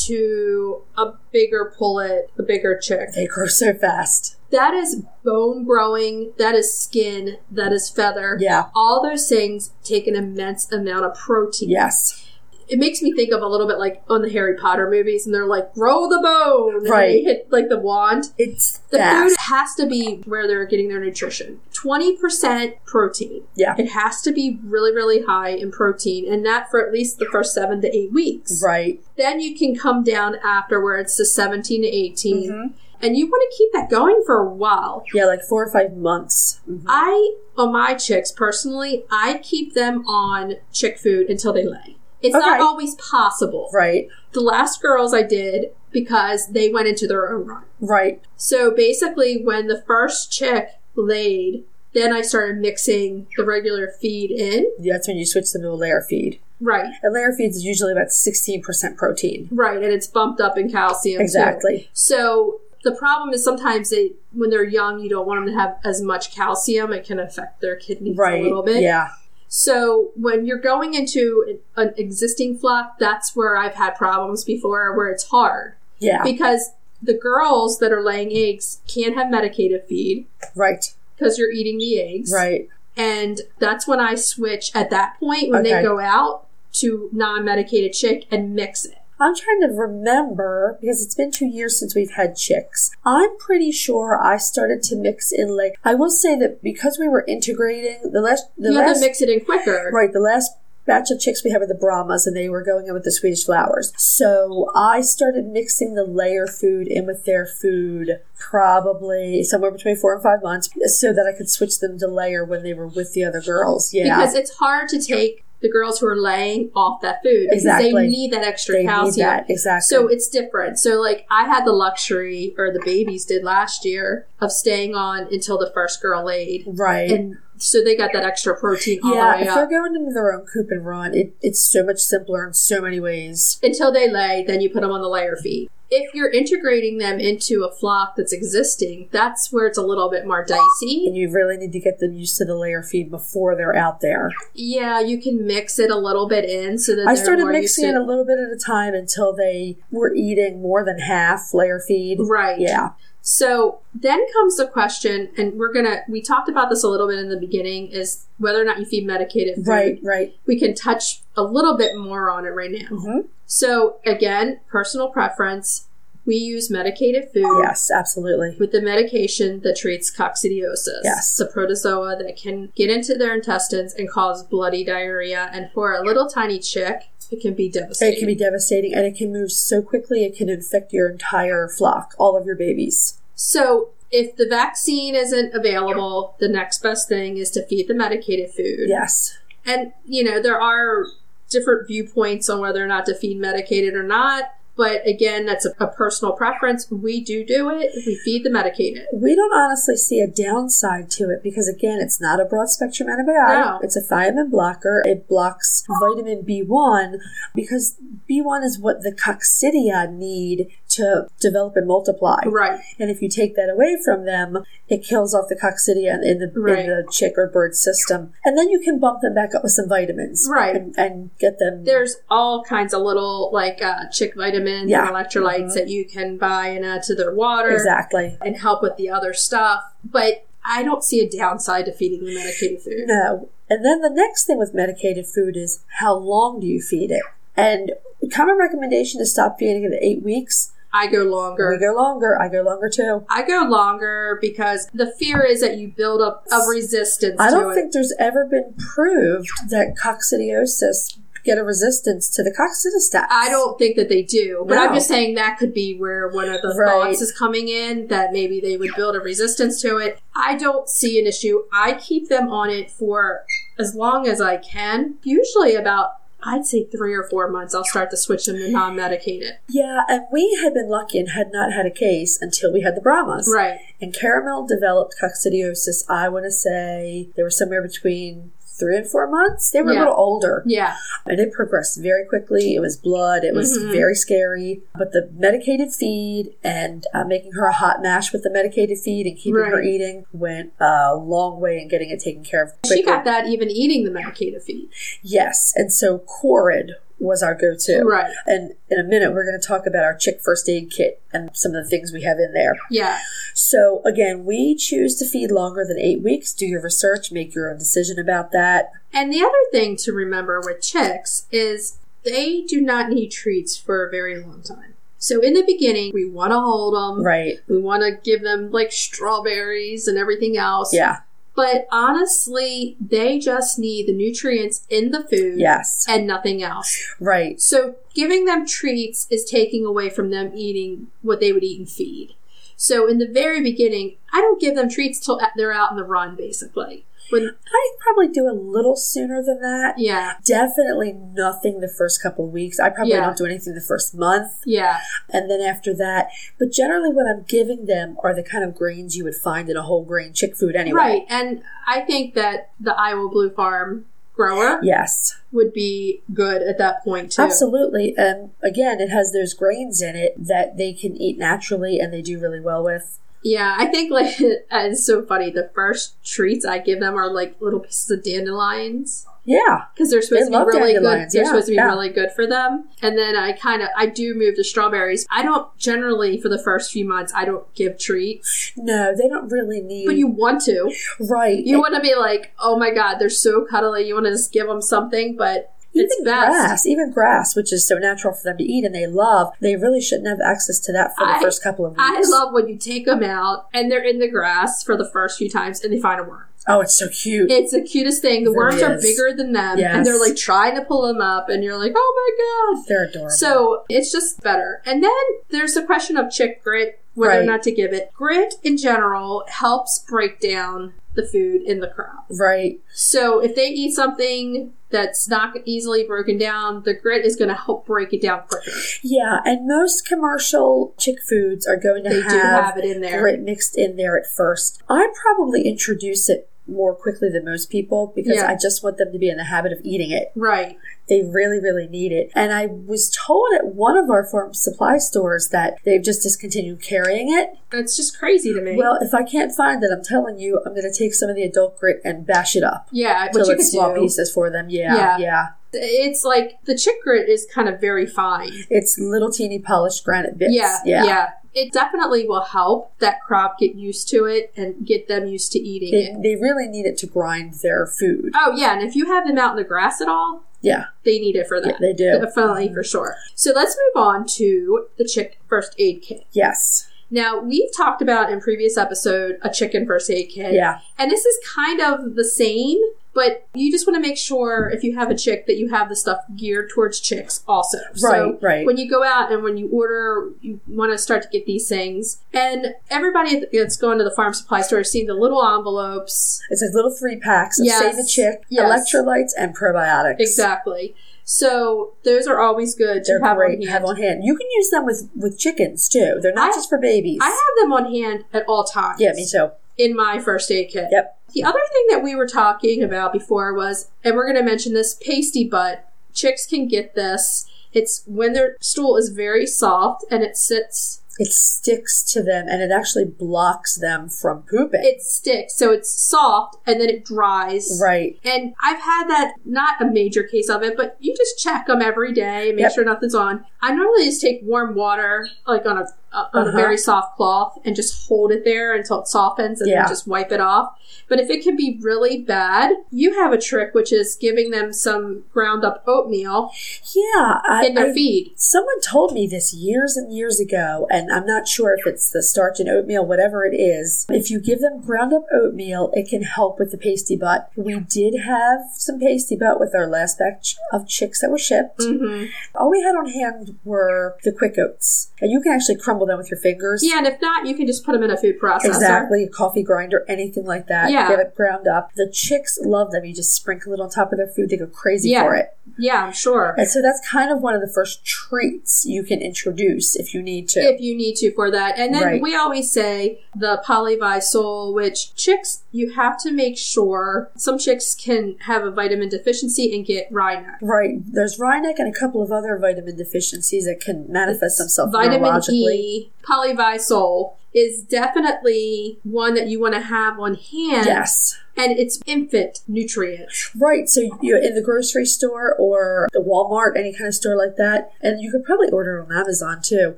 to a bigger pullet, a bigger chick.
they grow so fast.
That is bone growing, that is skin, that is feather.
Yeah.
All those things take an immense amount of protein.
Yes.
It makes me think of a little bit like on the Harry Potter movies, and they're like, grow the bone. And
Right.
They hit like the wand.
It's
The
fast.
food has to be where they're getting their nutrition. 20% protein.
Yeah.
It has to be really, really high in protein, and that for at least the first seven to eight weeks.
Right.
Then you can come down afterwards to 17 to 18,
Mm-hmm.
and you want to keep that going for a while.
Yeah, like four or five months. Mhm.
I, on my chicks personally, I keep them on chick food until they lay. It's not
Okay.
always possible.
Right.
The last girls I did because they went into their own run.
Right.
So basically, when the first chick laid, then I started mixing the regular feed in.
Yeah, that's when you switch them to a layer feed.
Right,
And layer feeds is usually about 16% protein.
right, and it's bumped up in calcium. too.
Exactly.
So the problem is sometimes they, when they're young, you don't want them to have as much calcium. It can affect their kidneys
Right.
a little bit.
Yeah.
So when you're going into an, an existing flock, that's where I've had problems before, where it's hard
Yeah.
because the girls that are laying eggs can't have medicated feed
right.
because you're eating the eggs.
Right.
And that's when I switch at that point when
Okay.
they go out to non medicated chick and mix it.
I'm trying to remember because it's been two years since we've had chicks. I'm pretty sure I started to mix in like I will say that because we were integrating the last the
you have
last
to mix it in quicker.
Right, the last batch of chicks we had were the Brahmas, and they were going in with the Swedish flowers. So I started mixing the layer food in with their food probably somewhere between four and five months so that I could switch them to layer when they were with the other girls. Yeah.
Because it's hard to take the girls who are laying off that food because
Exactly.
they need that extra
they need
calcium.
that. Exactly.
So it's different. So like I had the luxury, or the babies did last year, of staying on until the first girl laid,
right.
and so they got that extra protein all the
yeah,
way
if they're
up
going into their own coop and run, it, it's so much simpler in so many ways.
until they lay. Then you put them on the layer feed. If you're integrating them into a flock that's existing, that's where it's a little bit more
And
dicey.
you really need to get them used to the layer feed before they're out there.
Yeah, you can mix it a little bit in so that
I
they're
started
more used
mixing it
to-
a little bit at a time until they were eating more than half layer feed.
right.
Yeah.
So then comes the question, and we're gonna we talked about this a little bit in the beginning is whether or not you feed medicated food.
Right, right.
We can touch a little bit more on it right now.
Mhm.
So again, personal preference. We use medicated food
Yes, absolutely.
with the medication that treats coccidiosis.
Yes.
The protozoa that can get into their intestines and cause bloody diarrhea. And for a little tiny chick, it can be devastating.
It can be devastating and it can move so quickly it can infect your entire flock, all of your babies.
So, if the vaccine isn't available, the next best thing is to feed the medicated food.
Yes.
And, you know, there are different viewpoints on whether or not to feed medicated or not. But again, that's a, a personal preference. We do do it. We feed the medicated.
We don't honestly see a downside to it because again, it's not a broad spectrum antibiotic.
No.
It's a thiamine blocker. It blocks vitamin B1 because B1 is what the coccidia need to develop and multiply.
Right.
And if you take that away from them, it kills off the coccidia in the, in
Right.
the chick or bird system. And then you can bump them back up with some vitamins.
Right.
And, and get them.
There's all kinds of little, like, uh, chick vitamins
Yeah. Mm-hmm.
and electrolytes that you can buy and add to their water
Exactly.
and help with the other stuff. But I don't see a downside to feeding the medicated food.
No. And then the next thing with medicated food is how long do you feed it? And common recommendation is stop feeding it at eight weeks.
I go longer.
We go longer. I go longer too.
I go longer because the fear is that you build up a resistance
I
to
don't
it.
think there's ever been proved that coccidiosis get a resistance to the coccidiostatin.
I don't think that they do, but
No.
I'm just saying that could be where one of the
Right.
thoughts is coming in that maybe they would build a resistance to it. I don't see an issue. I keep them on it for as long as I can, usually about. I'd say three or four months. I'll start to switch them to non-medicated.
Yeah, and we had been lucky and had not had a case until we had the Brahmas.
Right.
And Caramel developed coccidiosis, I want to say, there was somewhere between three and four months. They were
Yeah.
a little older
Yeah.
and it progressed very quickly. It was blood. It was
Mhm.
very scary. But the medicated feed and uh, making her a hot mash with the medicated feed and keeping her
Right.
eating went a long way in getting it taken care of quickly.
She got that even eating the medicated feed.
yes. And so Corid was our go-to.
Right.
And in a minute, we're going to talk about our chick first aid kit and some of the things we have in there.
Yeah.
So again, we choose to feed longer than eight weeks. Do your research, make your own decision about that.
And the other thing to remember with chicks is they do not need treats for a very long time. So in the beginning, we want to hold them.
Right.
We want to give them like strawberries and everything else.
Yeah.
But honestly, they just need the nutrients in the food
Yes.
and nothing else.
Right.
So giving them treats is taking away from them eating what they would eat and feed. So in the very beginning, I don't give them treats till they're out in the run, basically. When
I probably do a little sooner than that.
yeah,
Definitely nothing the first couple of weeks. I probably
Yeah.
don't do anything the first month.
yeah,
And then after that, but generally what I'm giving them are the kind of grains you would find in a whole grain chick food anyway.
Right. And I think that the Iowa Blue Farm grower
Yes.
would be good at that point too.
Absolutely. And again, it has those grains in it that they can eat naturally and they do really well with.
Yeah, I think like it's so funny. The first treats I give them are like little pieces of dandelions
Yeah.
because they're supposed
They
to
love
be really good. They're
dandelions, yeah,
supposed to be
yeah.
really good for them. And then I kind of I do move to strawberries. I don't generally for the first few months I don't give treats,
No, they don't really need.
but you want to.
right.
You want to be like, oh my god, they're so cuddly. You want to just give them something, but it's
even
best.
grass, even grass, which is so natural for them to eat and they love, they really shouldn't have access to that for the
I-
first couple of weeks.
I love when you take them out and they're in the grass for the first few times and they find a worm.
Oh, it's so cute.
It's the cutest thing. The
It
worms are
is.
bigger than them and
Yes.
they're like trying to pull them up and you're like, oh my god.
They're adorable.
So it's just better. And then there's the question of chick grit, whether or
Right.
not to give it. Grit in general helps break down the food in the crop.
right,
So if they eat something that's not easily broken down, the grit is going to help break it down quicker.
yeah, and most commercial chick foods are going to
They do
have,
have it in there.
grit mixed in there at first. I probably introduce it more quickly than most people because
Yeah.
I just want them to be in the habit of eating it.
Right.
They really, really need it. And I was told at one of our farm supply stores that they've just discontinued carrying it.
That's just crazy to me.
Well, if I can't find it, I'm telling you, I'm going to take some of the adult grit and bash it up
yeah,
till
what you
it's
could
small
do.
pieces for them. Yeah,
Yeah.
yeah,
it's like the chick grit is kind of very fine.
It's little teeny polished granite bits.
yeah, yeah,
yeah.
It definitely will help that crop get used to it and get them used to eating
They,
it.
they really need it to grind their food.
Oh yeah, and if you have them out in the grass at all,
Yeah,
they need it for
yeah
that.
they do.
Definitely for sure. So let's move on to the chick first aid kit.
Yes.
Now we've talked about in previous episode a chicken first aid kit.
Yeah.
And this is kind of the same, but you just want to make sure if you have a chick that you have the stuff geared towards chicks also. So
Right, right.
when you go out and when you order, you want to start to get these things. And everybody that's going to the farm supply store has seen the little envelopes.
It's like little three packs of
Yes.
Save a Chick,
Yes.
electrolytes, and probiotics.
Exactly. So those are always good to
They're
have
great
on
to
hand.
have on hand. You can use them with, with chickens too. They're not
I-
just for babies.
I have them on hand at all times.
yeah, me too.
in my first aid kit.
Yep.
The other thing that we were talking about before was, and we're going to mention this pasty butt. Chicks can get this. It's when their stool is very soft and it sits,
It sticks to them and it actually blocks them from pooping.
it sticks. So it's soft and then it dries.
right.
And I've had that, not a major case of it, but you just check them every day, make
Yep.
sure nothing's on. I normally just take warm water, like on a, uh, on a
Uh-huh.
very soft cloth, and just hold it there until it softens and
Yeah.
then just wipe it off. But if it can be really bad, you have a trick, which is giving them some ground up oatmeal
Yeah. I,
in their
I-
feed.
Someone told me this years and years ago, and I'm not sure if it's the starch and oatmeal, whatever it is. If you give them ground up oatmeal, it can help with the pasty butt. We did have some pasty butt with our last batch of chicks that were shipped.
hmm
All we had on hand were the quick oats, and you can actually crumble crumble them with your fingers.
Yeah, and if not, you can just put them in a food processor.
Exactly, a coffee grinder, anything like that.
Yeah.
Get it ground up. The chicks love them. You just sprinkle it on top of their food. They go crazy
Yeah.
for it.
Yeah, I'm sure.
And so that's kind of one of the first treats you can introduce if you need to.
If you need to for that. And then
Right.
we always say the polyvisol, which chicks, you have to make sure some chicks can have a vitamin deficiency and get rhino.
Right. There's Rhineck and a couple of other vitamin deficiencies that can manifest themselves
Vitamin
neurologically.
E, polyvisol is definitely one that you want to have on hand.
Yes.
And it's infant nutrients.
Right. So you're in the grocery store or the Walmart, any kind of store like that. And you could probably order on Amazon too.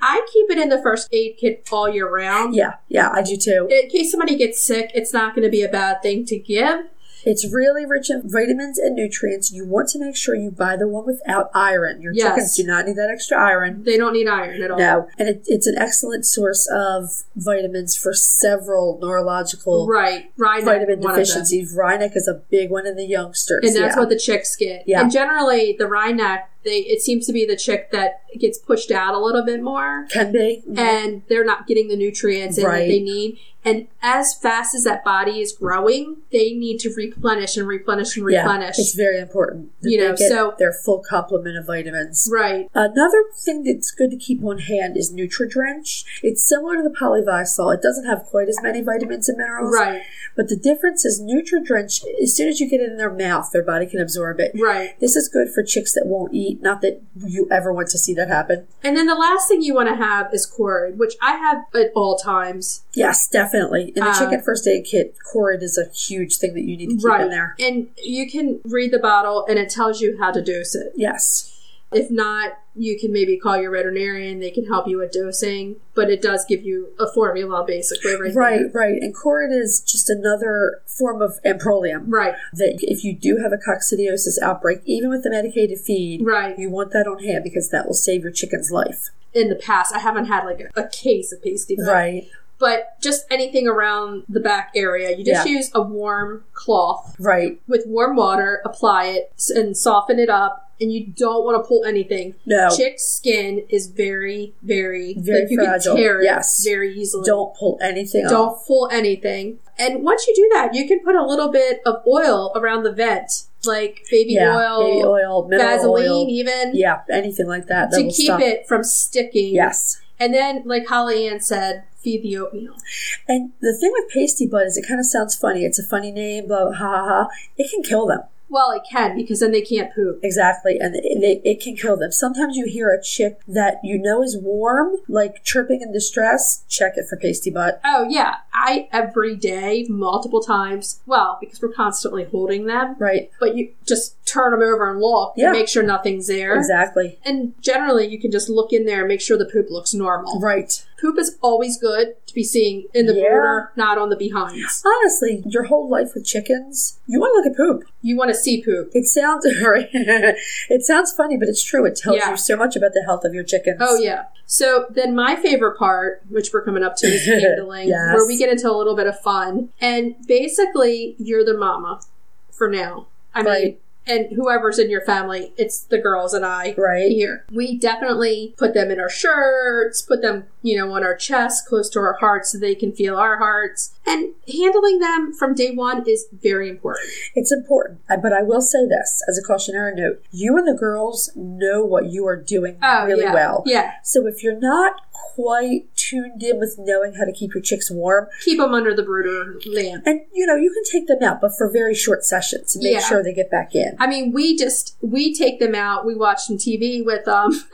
I keep it in the first aid kit all year round.
Yeah. Yeah, I do too.
In case somebody gets sick, it's not going to be a bad thing to give.
It's really rich in vitamins and nutrients. You want to make sure you buy the one without iron. Your
Yes.
chickens do not need that extra iron.
They don't need iron at all.
No, and it, it's an excellent source of vitamins for several neurological
Right. Rhino,
vitamin
one of them.
deficiencies. Rhinoc is a big one in the youngsters.
And that's
yeah.
what the chicks get.
Yeah.
And generally, the Rhineck, they it seems to be the chick that gets pushed out a little bit more,
can be.
and they're not getting the nutrients in that
Mm-hmm. Right.
they need. And as fast as that body is growing, they need to replenish and replenish and replenish.
Yeah, it's very important. that
You
they
know,
get
so-
their full complement of vitamins.
right.
Another thing that's good to keep on hand is NutriDrench. It's similar to the polyvisol. It doesn't have quite as many vitamins and minerals,
Right.
but the difference is NutriDrench. As soon as you get it in their mouth, their body can absorb it.
Right.
This is good for chicks that won't eat. Not that you ever want to see that happen.
And then the last thing you want to have is Corid, which I have at all times.
Yes, definitely. In the
Um,
chicken first aid kit, Corid is a huge thing that you need to keep in there.
And you can read the bottle and it tells you how to dose it.
Yes.
If not, you can maybe call your veterinarian. They can help you with dosing, but it does give you a formula basically, right?
Right,
there.
right. And Corid is just another form of amprolium.
Right.
That if you do have a coccidiosis outbreak, even with the medicated feed,
Right.
you want that on hand because that will save your chicken's life.
In the past, I haven't had like a, a case of pasty foot,
Right,
but just anything around the back area. You just use a warm cloth
right.
with warm water, apply it s- and soften it up. And you don't want to pull anything.
No.
Chick's skin is very, very,
Very
like you
fragile,
can tear it
yes.
very easily.
Don't pull anything off.
Don't pull anything. And once you do that, you can put a little bit of oil around the vent, like baby
yeah,
oil,
baby oil, mineral
Vaseline,
oil.
even
Yeah, anything like that. that
to
will
keep
stop-
it from sticking.
Yes.
And then, like Holly Ann said, feed the oatmeal.
And the thing with pasty bud is it kind of sounds funny. It's a funny name, blah, blah, ha, ha, ha. It can kill them.
Well, it can because then they can't poop.
Exactly, and it, it, it can kill them. Sometimes you hear a chick that you know is warm, like chirping in distress. Check it for pasty butt.
Oh yeah, I every day, multiple times. Well, because we're constantly holding them,
Right.
but you just turn them over and look
Yeah.
and make sure nothing's there.
Exactly.
And generally, you can just look in there and make sure the poop looks normal.
Right.
Poop is always good to be seeing in the
Yeah.
border, not on the behinds.
Honestly, your whole life with chickens, you want to look at poop.
You want to see poop.
It sounds it sounds funny, but it's true. It tells
Yeah.
you so much about the health of your chickens.
Oh yeah. So then my favorite part, which we're coming up to, is handling,
Yes.
where we get into a little bit of fun. And basically, you're the mama for now. I mean,
Right.
and whoever's in your family, it's the girls and I.
Right.
Here. We definitely put them in our shirts, put them, you know, on our chest, close to our hearts, so they can feel our hearts. And handling them from day one is very important.
It's important, I- but I will say this as a cautionary note: you and the girls know what you are doing
Oh,
really
yeah.
well.
Yeah.
So if you're not quite tuned in with knowing how to keep your chicks warm,
Keep them under the brooder lamp.
and you know you can take them out, but for very short sessions, make
Yeah.
sure they get back in.
I mean, we just we take them out. We watch some TV with them.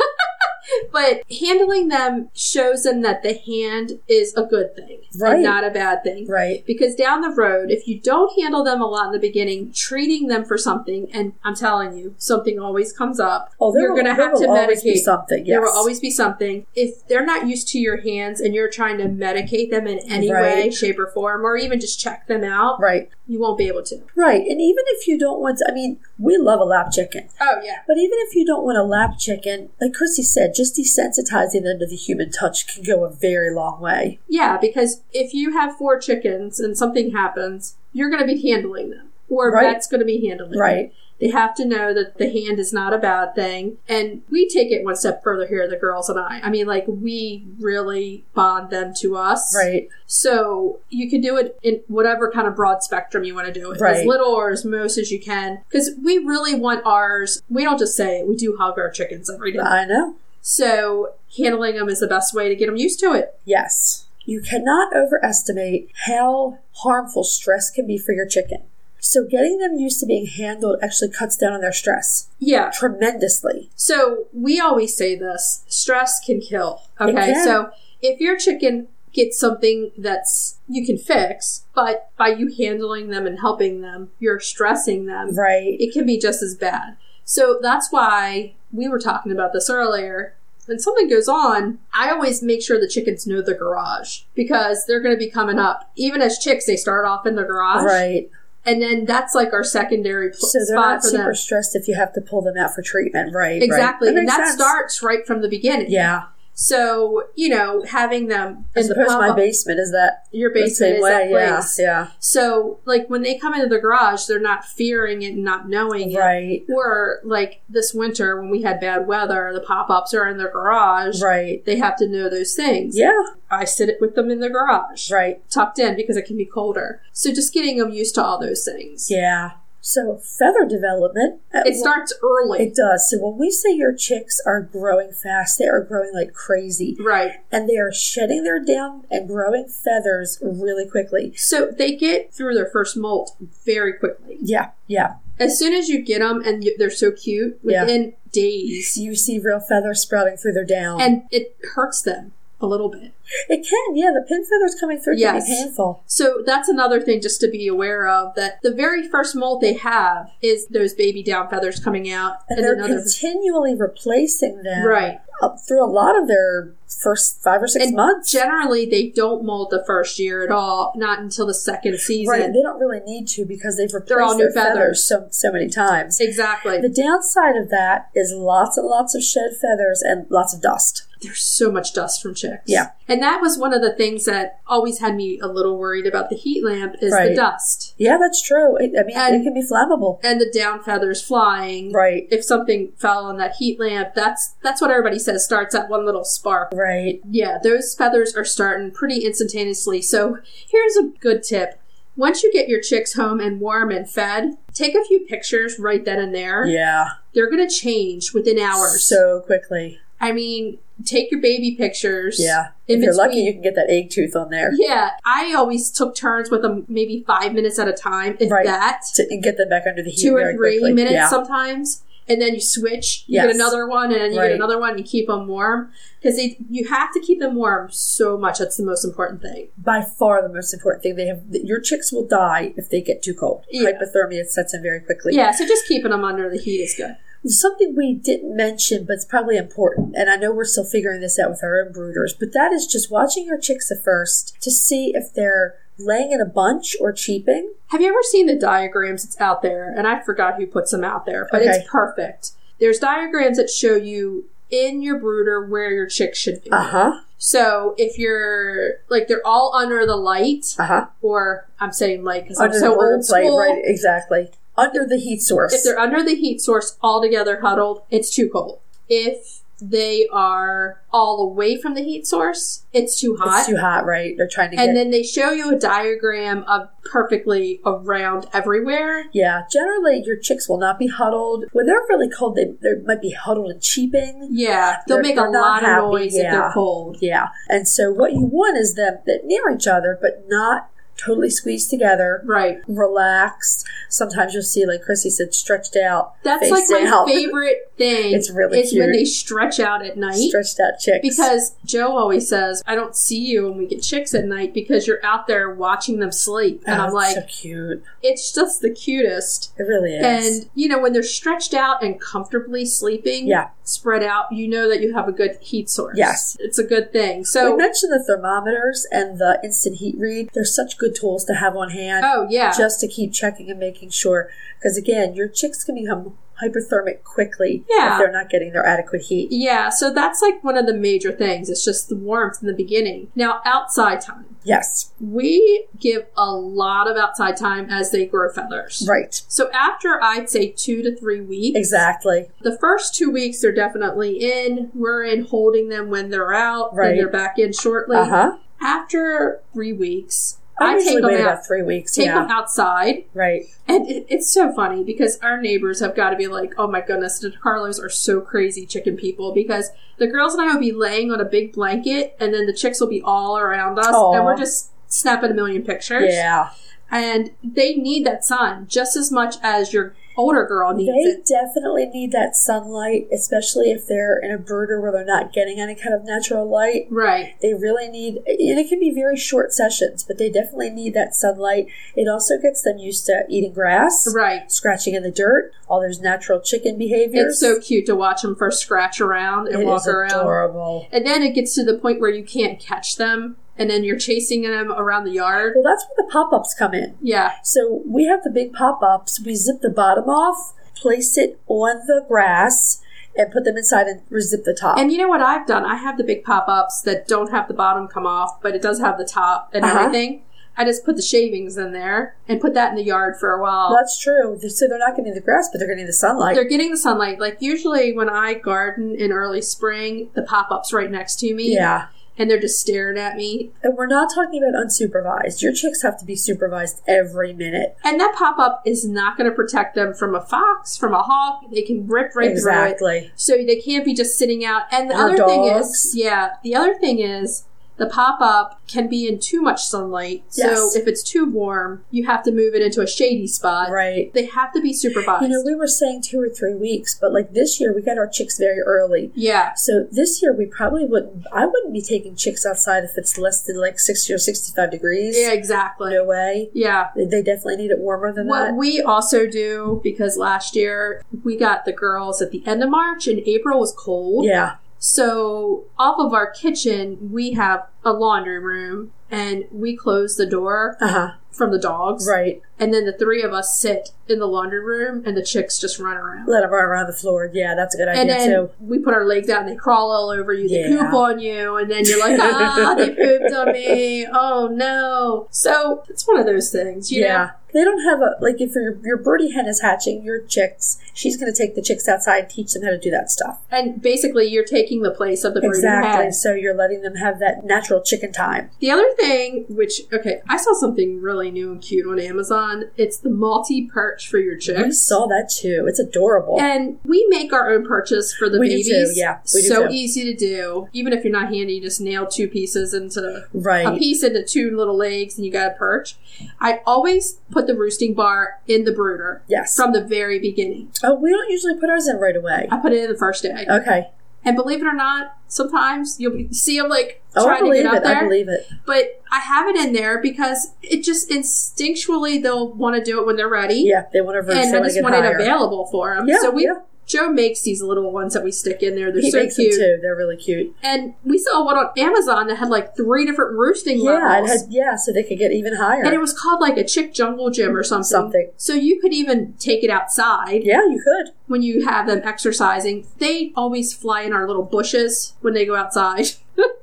But handling them shows them that the hand is a good thing, and
Right.
not a bad thing.
Right.
Because down the road, if you don't handle them a lot in the beginning, treating them for something, and I'm telling you, something always comes up.
Oh, there
you're
will-
going to
there
have to
will always be
medicate.
something.
There will
yes.
always be something. If they're not used to your hands and you're trying to medicate them in any way,
Right.
shape, or form, or even just check them out,
Right.
you won't be able to.
Right. And even if you don't want, to, I mean, we love a lap chicken,
Oh yeah,
but even if you don't want a lap chicken, like Chrissy said, just desensitizing them to the human touch can go a very long way.
Yeah, because if you have four chickens and something happens, you're going to be handling them, or
Right.
Brett's going to be handling them.
Right.
They have to know that the hand is not a bad thing. And we take it one step further here, the girls and I. I mean, like, we really bond them to us.
Right.
So you can do it in whatever kind of broad spectrum you want to do it, as
Right.
little or as most as you can, because we really want ours. We don't just say it; we do hug our chickens every day.
I know.
So handling them is the best way to get them used to it.
Yes. You cannot overestimate how harmful stress can be for your chicken. So getting them used to being handled actually cuts down on their stress
Yeah.
tremendously.
So we always say this: stress can kill. Okay.
can.
So if your chicken gets something that's you can fix, but by you handling them and helping them, you're stressing them.
Right.
it can be just as bad. So that's why we were talking about this earlier. When something goes on, I always make sure the chickens know the garage because they're going to be coming up. Even as chicks, they start off in the garage,
Right.
and then that's like our secondary pl-
So they're
spot
not
for them.
super stressed if you have to pull them out for treatment. Right. right.
Exactly, and
makes
that
sense.
starts right from the beginning.
Yeah.
So you know, having them
I
in the
suppose my
pop-up-
basement is that
your
the
basement
same
is
way.
that
yeah.
place.
Yeah.
So like when they come into the garage, they're not fearing it and not knowing it.
Right.
Or like this winter when we had bad weather, the pop ups are in their garage.
Right.
They have to know those things.
Yeah.
I sit it with them in the garage,
Right.
tucked in because it can be colder. So just getting them used to all those things.
Yeah. So feather development. at
It
one-
starts early,
It does. So when we say your chicks are growing fast, they are growing like crazy.
right?
And they are shedding their down and growing feathers really quickly.
So they get through their first molt very quickly.
Yeah, yeah.
As soon as you get them, and you, they're so cute
Yeah.
within days,
You see real feathers sprouting through their down.
and it hurts them a little bit.
it can, yeah. The pin feathers coming through
Yes.
can be painful.
So that's another thing just to be aware of that the very first molt they have is those baby down feathers coming out
And
is
they're
another
continually replacing them
right.
up through a lot of their first five or six
And
months.
Generally, they don't molt the first year at all, not until the second season.
Right. They don't really need to because they've replaced
all new
their feathers,
feathers.
so, so many times.
Exactly.
The downside of that is lots and lots of shed feathers and lots of dust.
There's so much dust from chicks.
Yeah.
And that was one of the things that always had me a little worried about the heat lamp is
Right.
the dust
Yeah, that's true. It, I mean, it
And-
can be flammable.
and the down feathers flying.
Right,
If something fell on that heat lamp, that's that's what everybody says starts at one little spark.
right.
Yeah, those feathers are starting pretty instantaneously. So here's a good tip. Once you get your chicks home and warm and fed, take a few pictures right then and there.
Yeah,
They're going to change within hours.
so quickly.
I mean, take your baby pictures.
Yeah,
In
if you're lucky,
between.
you can get that egg tooth on there
Yeah, I always took turns with them maybe five minutes at a time, if
Right.
that.
to and get them back under the heat.
Two or
very
three
quickly.
minutes
Yeah.
sometimes. And then you switch. You
Yes.
get another one, and then you
Right.
get another one. You keep them warm because you have to keep them warm so much. That's the most important thing.
By far, the most important thing they have. Your chicks will die if they get too cold.
Yeah.
Hypothermia sets in very quickly.
Yeah, so just keeping them under the heat is good.
Something we didn't mention, but it's probably important, and I know we're still figuring this out with our own brooders, but that is just watching your chicks at first to see if they're laying in a bunch or cheeping.
Have you ever seen the diagrams that's out there? And I forgot who puts them out there, but
Okay.
it's perfect. There's diagrams that show you in your brooder where your chick should be.
Uh huh.
So if you're like they're all under the light,
Uh huh.
or I'm saying light because uh-huh. I'm
Under
so
the
old
old plate,
school.
right? Exactly. Under the heat source.
If they're under the heat source all together huddled, it's too cold. If they are all away from the heat source, it's too hot.
it's too hot, right? They're trying to get.
and then they show you a diagram of perfectly around everywhere.
yeah, generally your chicks will not be huddled. When they're really cold, they, they might be huddled and cheeping.
Yeah, they'll
They're-
make
they're
a lot
not happy,
of noise if
yeah.
they're cold.
Yeah. And so what you want is them that near each other, but not totally squeezed together.
Right.
relaxed. Sometimes you'll see, like Chrissy said, stretched out.
That's
face
like my
down,
favorite thing.
It's really
is when
cute.
they stretch out at night.
stretched out chicks.
Because Joe always says, I don't see you when we get chicks at night because you're out there watching them sleep.
Oh,
And I'm
it's
like,
so cute.
it's just the cutest.
It really is.
And, you know, when they're stretched out and comfortably sleeping,
Yeah.
spread out, you know that you have a good heat source.
Yes.
It's a good thing.
we
So,
mentioned the thermometers and the instant heat read. They're such good tools to have on hand
oh, yeah.
just to keep checking and making sure. Because again, your chicks can become hyperthermic quickly
Yeah.
if they're not getting their adequate heat.
Yeah, so that's like one of the major things. It's just the warmth in the beginning. Now, outside time.
Yes,
We give a lot of outside time as they grow feathers.
right.
So after I'd say two to three weeks,
Exactly.
the first two weeks they're definitely in. We're in holding them when they're out,
Right.
then they're back in shortly.
Uh huh.
After three weeks, Uh-huh. I,
I,
take
usually
them
wait
out,
about three weeks.
take
yeah.
them outside,
Right.
and it, it's so funny because our neighbors have got to be like, "Oh my goodness, the Carlos are so crazy chicken people." Because the girls and I will be laying on a big blanket, and then the chicks will be all around us,
Aw.
and we're just snapping a million pictures.
Yeah.
And they need that sun just as much as your older girl needs
They
it.
definitely need that sunlight, especially if they're in a brooder where they're not getting any kind of natural light.
Right.
They really need, and it can be very short sessions, but they definitely need that sunlight. It also gets them used to eating grass,
Right.
scratching in the dirt, all those natural chicken behaviors.
It's so cute to watch them first scratch around and
It
walk
is
around.
adorable.
And then it gets to the point where you can't catch them, and then you're chasing them around the yard.
Well, that's where the pop ups come in.
Yeah,
So we have the big pop ups. We zip the bottom off, place it on the grass, and put them inside and zip the top.
And you know what I've done? I have the big pop ups that don't have the bottom come off, but it does have the top and
Uh-huh.
everything. I just put the shavings in there and put that in the yard for a while.
That's true. So they're not getting the grass, but they're getting the sunlight.
They're getting the sunlight. Like usually when I garden in early spring, the pop ups right next to me.
yeah.
And they're just staring at me.
And we're not talking about unsupervised. Your chicks have to be supervised every minute.
And that pop up is not going to protect them from a fox, from a hawk. They can rip right through it.
exactly.
so they can't be just sitting out. And the
Or
other thing is,
dogs.
yeah, the other thing is the pop up can be in too much sunlight.
Yes.
So if it's too warm, you have to move it into a shady spot.
Right.
They have to be supervised.
You know, we were saying two or three weeks, but like this year, we got our chicks very early.
yeah,
So this year, we probably wouldn't. I wouldn't be taking chicks outside if it's less than like sixty or sixty-five degrees.
yeah, exactly.
No way.
Yeah.
They definitely need it warmer than
What
that.
we also do because last year we got the girls at the end of March and April was cold.
Yeah.
So, off of our kitchen, we have a laundry room and we close the door
Uh huh.
from the dogs.
Right.
And then the three of us sit in the laundry room and the chicks just run around.
Let them run around the floor. Yeah, that's a good idea
And then
too.
we put our legs out and they crawl all over you. They
Yeah.
poop on you. And then you're like, ah, they pooped on me. Oh, no. So it's one of those things, you
yeah.
know?
They don't have a like if your your birdie hen is hatching your chicks, she's going to take the chicks outside, and teach them how to do that stuff.
And basically, you're taking the place of the brooding
exactly.
hen.
So you're letting them have that natural chicken time.
The other thing, which, okay, I saw something really new and cute on Amazon. It's the multi perch for your
We
chicks.
saw that too. It's adorable.
And we make our own purchase for the
We do
babies.
too, yeah, we do
so
too.
easy to do. Even if you're not handy, you just nail two pieces into the a
right.
piece into two little legs and you got a perch. I always put the roosting bar in the brooder
Yes.
from the very beginning.
oh, we don't usually put ours in right away.
I put it in the first day.
Okay.
And believe it or not, sometimes you'll be- see them like
Oh, I
trying to
believe
get up
it. I
there.
believe it.
but I have it in there because it just instinctually they'll want to do it when they're ready.
Yeah, they want to
And
verse. they
I
want to
just
get
want it
higher.
available for them.
Yeah,
so we,
yeah.
Joe makes these little ones that we stick in there. They're
He
so
makes
cute.
them too. They're really cute.
And we saw one on Amazon that had like three different roosting
Yeah, it
levels.
had, yeah, so they could get even higher.
And it was called like a chick jungle gym or something.
Something.
So you could even take it outside
yeah, you could.
when you have them exercising. They always fly in our little bushes when they go outside.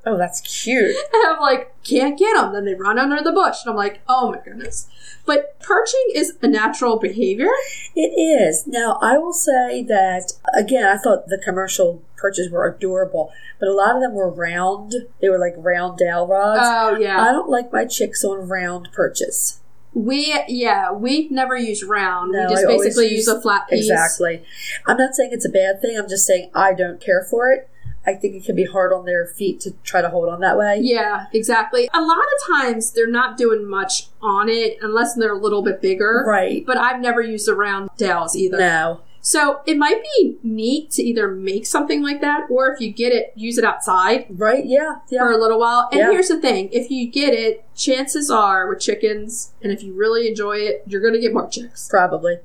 Oh, that's cute.
And I'm like, can't get them. Then they run under the bush. And I'm like, oh my goodness. But perching is a natural behavior.
It is. Now, I will say that, again, I thought the commercial perches were adorable, but a lot of them were round. They were like round dowel rods.
Oh,
I
yeah.
don't like my chicks on round perches.
We, yeah, we never use round.
No,
we just
I always
basically use,
use-
a flat piece.
Exactly. I'm not saying it's a bad thing. I'm just saying I don't care for it. I think it can be hard on their feet to try to hold on that way.
Yeah, exactly. A lot of times they're not doing much on it unless they're a little bit bigger.
Right.
But I've never used the round dowels either.
No.
So it might be neat to either make something like that or if you get it, use it outside
Right? Yeah.
for a
Yeah.
little while. And
Yeah.
here's the thing if you get it, chances are with chickens, and if you really enjoy it, you're going to get more chicks.
Probably.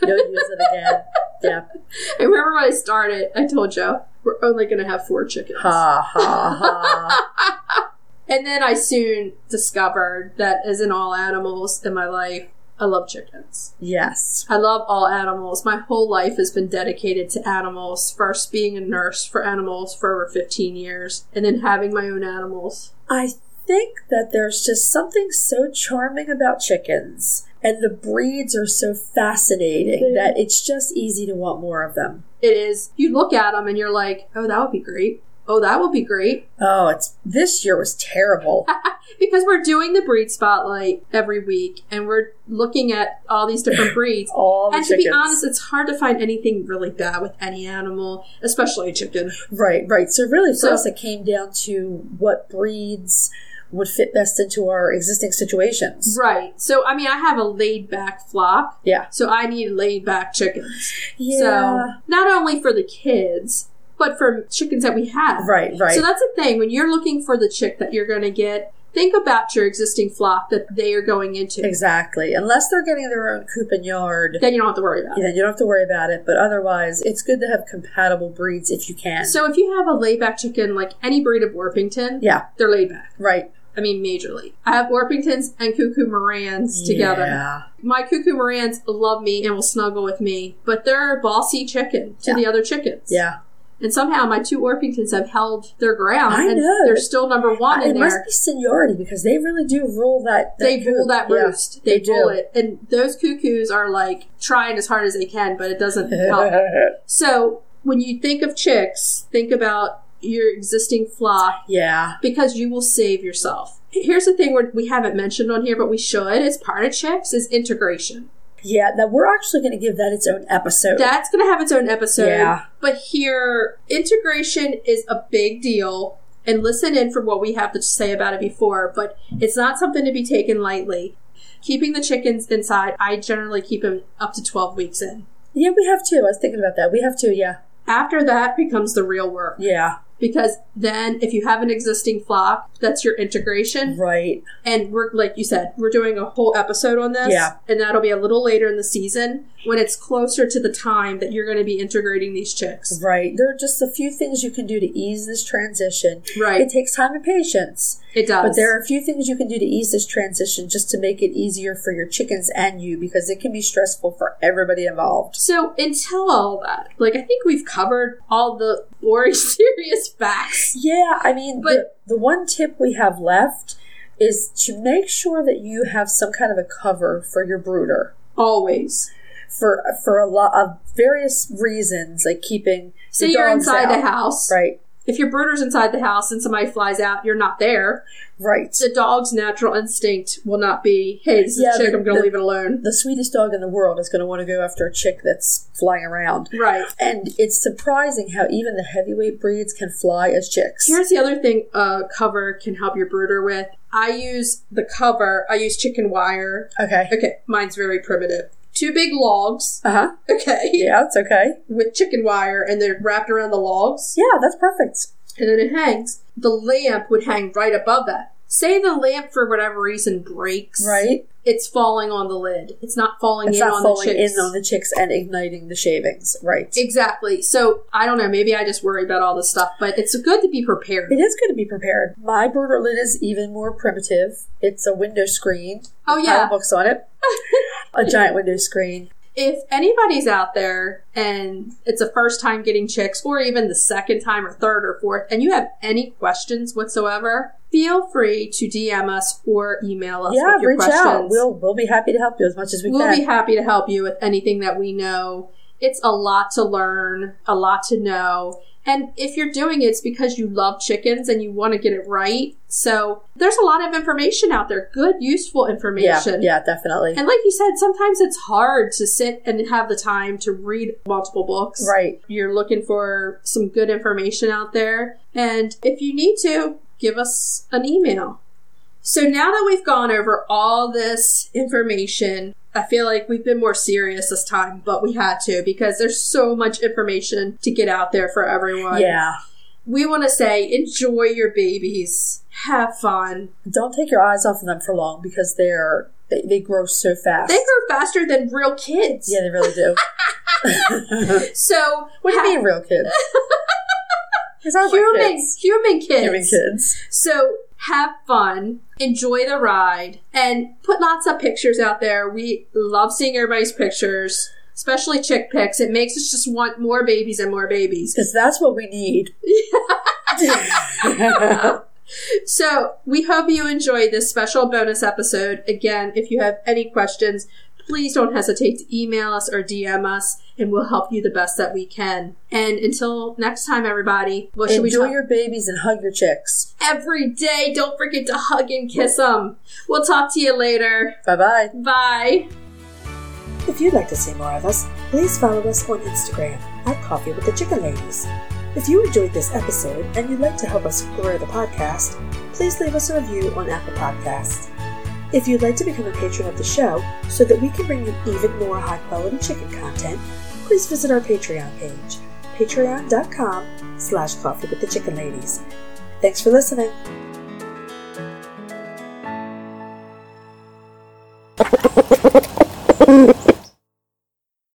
You'll use it again. Yeah.
I remember when I started, I told Joe, we're only going to have four chickens.
Ha ha ha.
And then I soon discovered that, as in all animals in my life, I love chickens.
Yes.
I love all animals. My whole life has been dedicated to animals. First, being a nurse for animals for over 15 years, and then having my own animals.
I think that there's just something so charming about chickens, and the breeds are so fascinating
They-
that it's just easy to want more of them.
It is, you look at them and you're like, oh, that would be great. Oh, that would be great.
Oh, it's this year was terrible.
Because we're doing the breed spotlight every week and we're looking at all these different breeds.
All the
and to
chickens.
be honest, it's hard to find anything really bad with any animal, especially a chicken.
Right, right. So really for
So-
us it came down to what breeds would fit best into our existing situations.
Right. So, I mean, I have a laid back flock,
Yeah.
so I need laid back chickens.
Yeah.
So, not only for the kids, but for chickens that we have.
right, right.
So, that's the thing. When you're looking for the chick that you're going to get, think about your existing flock that they are going into.
exactly. Unless they're getting their own coop and yard,
Then you don't have to worry about it.
then you don't have to worry about it. But otherwise, it's good to have compatible breeds if you can.
So, if you have a laid back chicken, like any breed of Orpington,
yeah,
they're laid back.
right.
I mean, majorly. I have Orpingtons and Cuckoo Morans together.
Yeah.
My Cuckoo Morans love me and will snuggle with me, but they're a bossy chicken to
Yeah.
the other chickens.
yeah.
And somehow my two Orpingtons have held their ground.
I
and
know.
They're still number one
Uh, it
in
must
there.
be seniority because they really do rule that. that
They rule
coop.
that
Yeah.
roost. They,
they
rule
do.
it. And those cuckoos are like trying as hard as they can, but it doesn't help. so when you think of chicks, think about your existing flock
yeah.
because you will save yourself. Here's the thing we're, we haven't mentioned on here, but we should. As part of chicks is integration.
Yeah. That we're actually going to give that its own episode.
That's going to have its own episode.
Yeah.
But here, integration is a big deal. And listen in for what we have to say about it before, but it's not something to be taken lightly. Keeping the chickens inside, I generally keep them up to 12 weeks in.
yeah, we have two. I was thinking about that. We have two. Yeah.
After that becomes the real work
Yeah.
because then if you have an existing flock, that's your integration.
Right.
And we're, like you said, we're doing a whole episode on this.
Yeah.
And that'll be a little later in the season when it's closer to the time that you're going to be integrating these chicks.
Right. There are just a few things you can do to ease this transition.
Right.
It takes time and patience,
It does.
but there are a few things you can do to ease this transition just to make it easier for your chickens and you because it can be stressful for everybody involved.
So until all that, like I think we've covered all the boring, serious facts.
Yeah, I mean,
But-
the, the one tip we have left is to make sure that you have some kind of a cover for your brooder
Always.
for for a lot of various reasons, like keeping
Say
the
you're
dogs
inside the
out.
house.
right,
If your brooder's inside the house and somebody flies out, you're not there.
right.
The dog's natural instinct will not be, "Hey, this is
Yeah,
a chick.
the-
I'm going to
the-
leave it alone."
The sweetest dog in the world is going to want to go after a chick that's flying around.
Right.
And it's surprising how even the heavyweight breeds can fly as chicks.
Here's the other thing a cover can help your brooder with. I use the cover. I use chicken wire.
okay.
Okay, mine's very primitive. Two big logs.
Uh huh.
Okay.
Yeah, it's okay.
With chicken wire, and they're wrapped around the logs.
Yeah, that's perfect.
and then it hangs. The lamp would hang right above that. Say the lamp for whatever reason breaks,
Right?
It's falling on the lid. It's not falling
It's
in
not
on
falling
the chicks.
in on the chicks and igniting the shavings. Right.
exactly. So I don't know. Maybe I just worry about all this stuff, but it's good to be prepared.
it is good to be prepared. My brooder lid is even more primitive. It's a window screen.
Oh
pile of
yeah.
books on it. a giant window screen.
If anybody's out there and it's a first time getting chicks, or even the second time or third or fourth, and you have any questions whatsoever, feel free to DM us or email us
yeah,
with your
reach
questions.
out. We'll we'll be happy to help you as much as we
We'll
can.
be happy to help you with anything that we know. It's a lot to learn, a lot to know. And if you're doing it, it's because you love chickens and you want to get it right. So there's a lot of information out there, good, useful
yeah,
information.
yeah, definitely.
And like you said, sometimes it's hard to sit and have the time to read multiple books.
right.
You're looking for some good information out there. And if you need to, give us an email. So now that we've gone over all this information, I feel like we've been more serious this time, but we had to because there's so much information to get out there for everyone.
Yeah.
We want to say enjoy your babies, have fun.
Don't take your eyes off of them for long because they're they, they grow so fast.
They grow faster than real kids.
Yeah, they really do.
So,
What do you
ha-
mean, real kids? Because I
Human,
kids.
human kids.
Human kids.
So have fun, enjoy the ride, and put lots of pictures out there. We love seeing everybody's pictures, especially chick pics. It makes us just want more babies and more babies.
Because that's what we need.
So we hope you enjoyed this special bonus episode. Again, if you have any questions, please don't hesitate to email us or DM us, and we'll help you the best that we can. And until next time, everybody, what should we
Enjoy
do?
your babies and hug your chicks.
Every day, don't forget to hug and kiss them. We'll talk to you later.
Bye bye.
Bye.
If you'd like to see more of us, please follow us on Instagram at Coffee with the Chicken Ladies. If you enjoyed this episode and you'd like to help us grow the podcast, please leave us a review on Apple Podcasts. If you'd like to become a patron of the show so that we can bring you even more high quality chicken content, please visit our Patreon page, patreon.com slash coffee with the chicken ladies. Thanks for listening.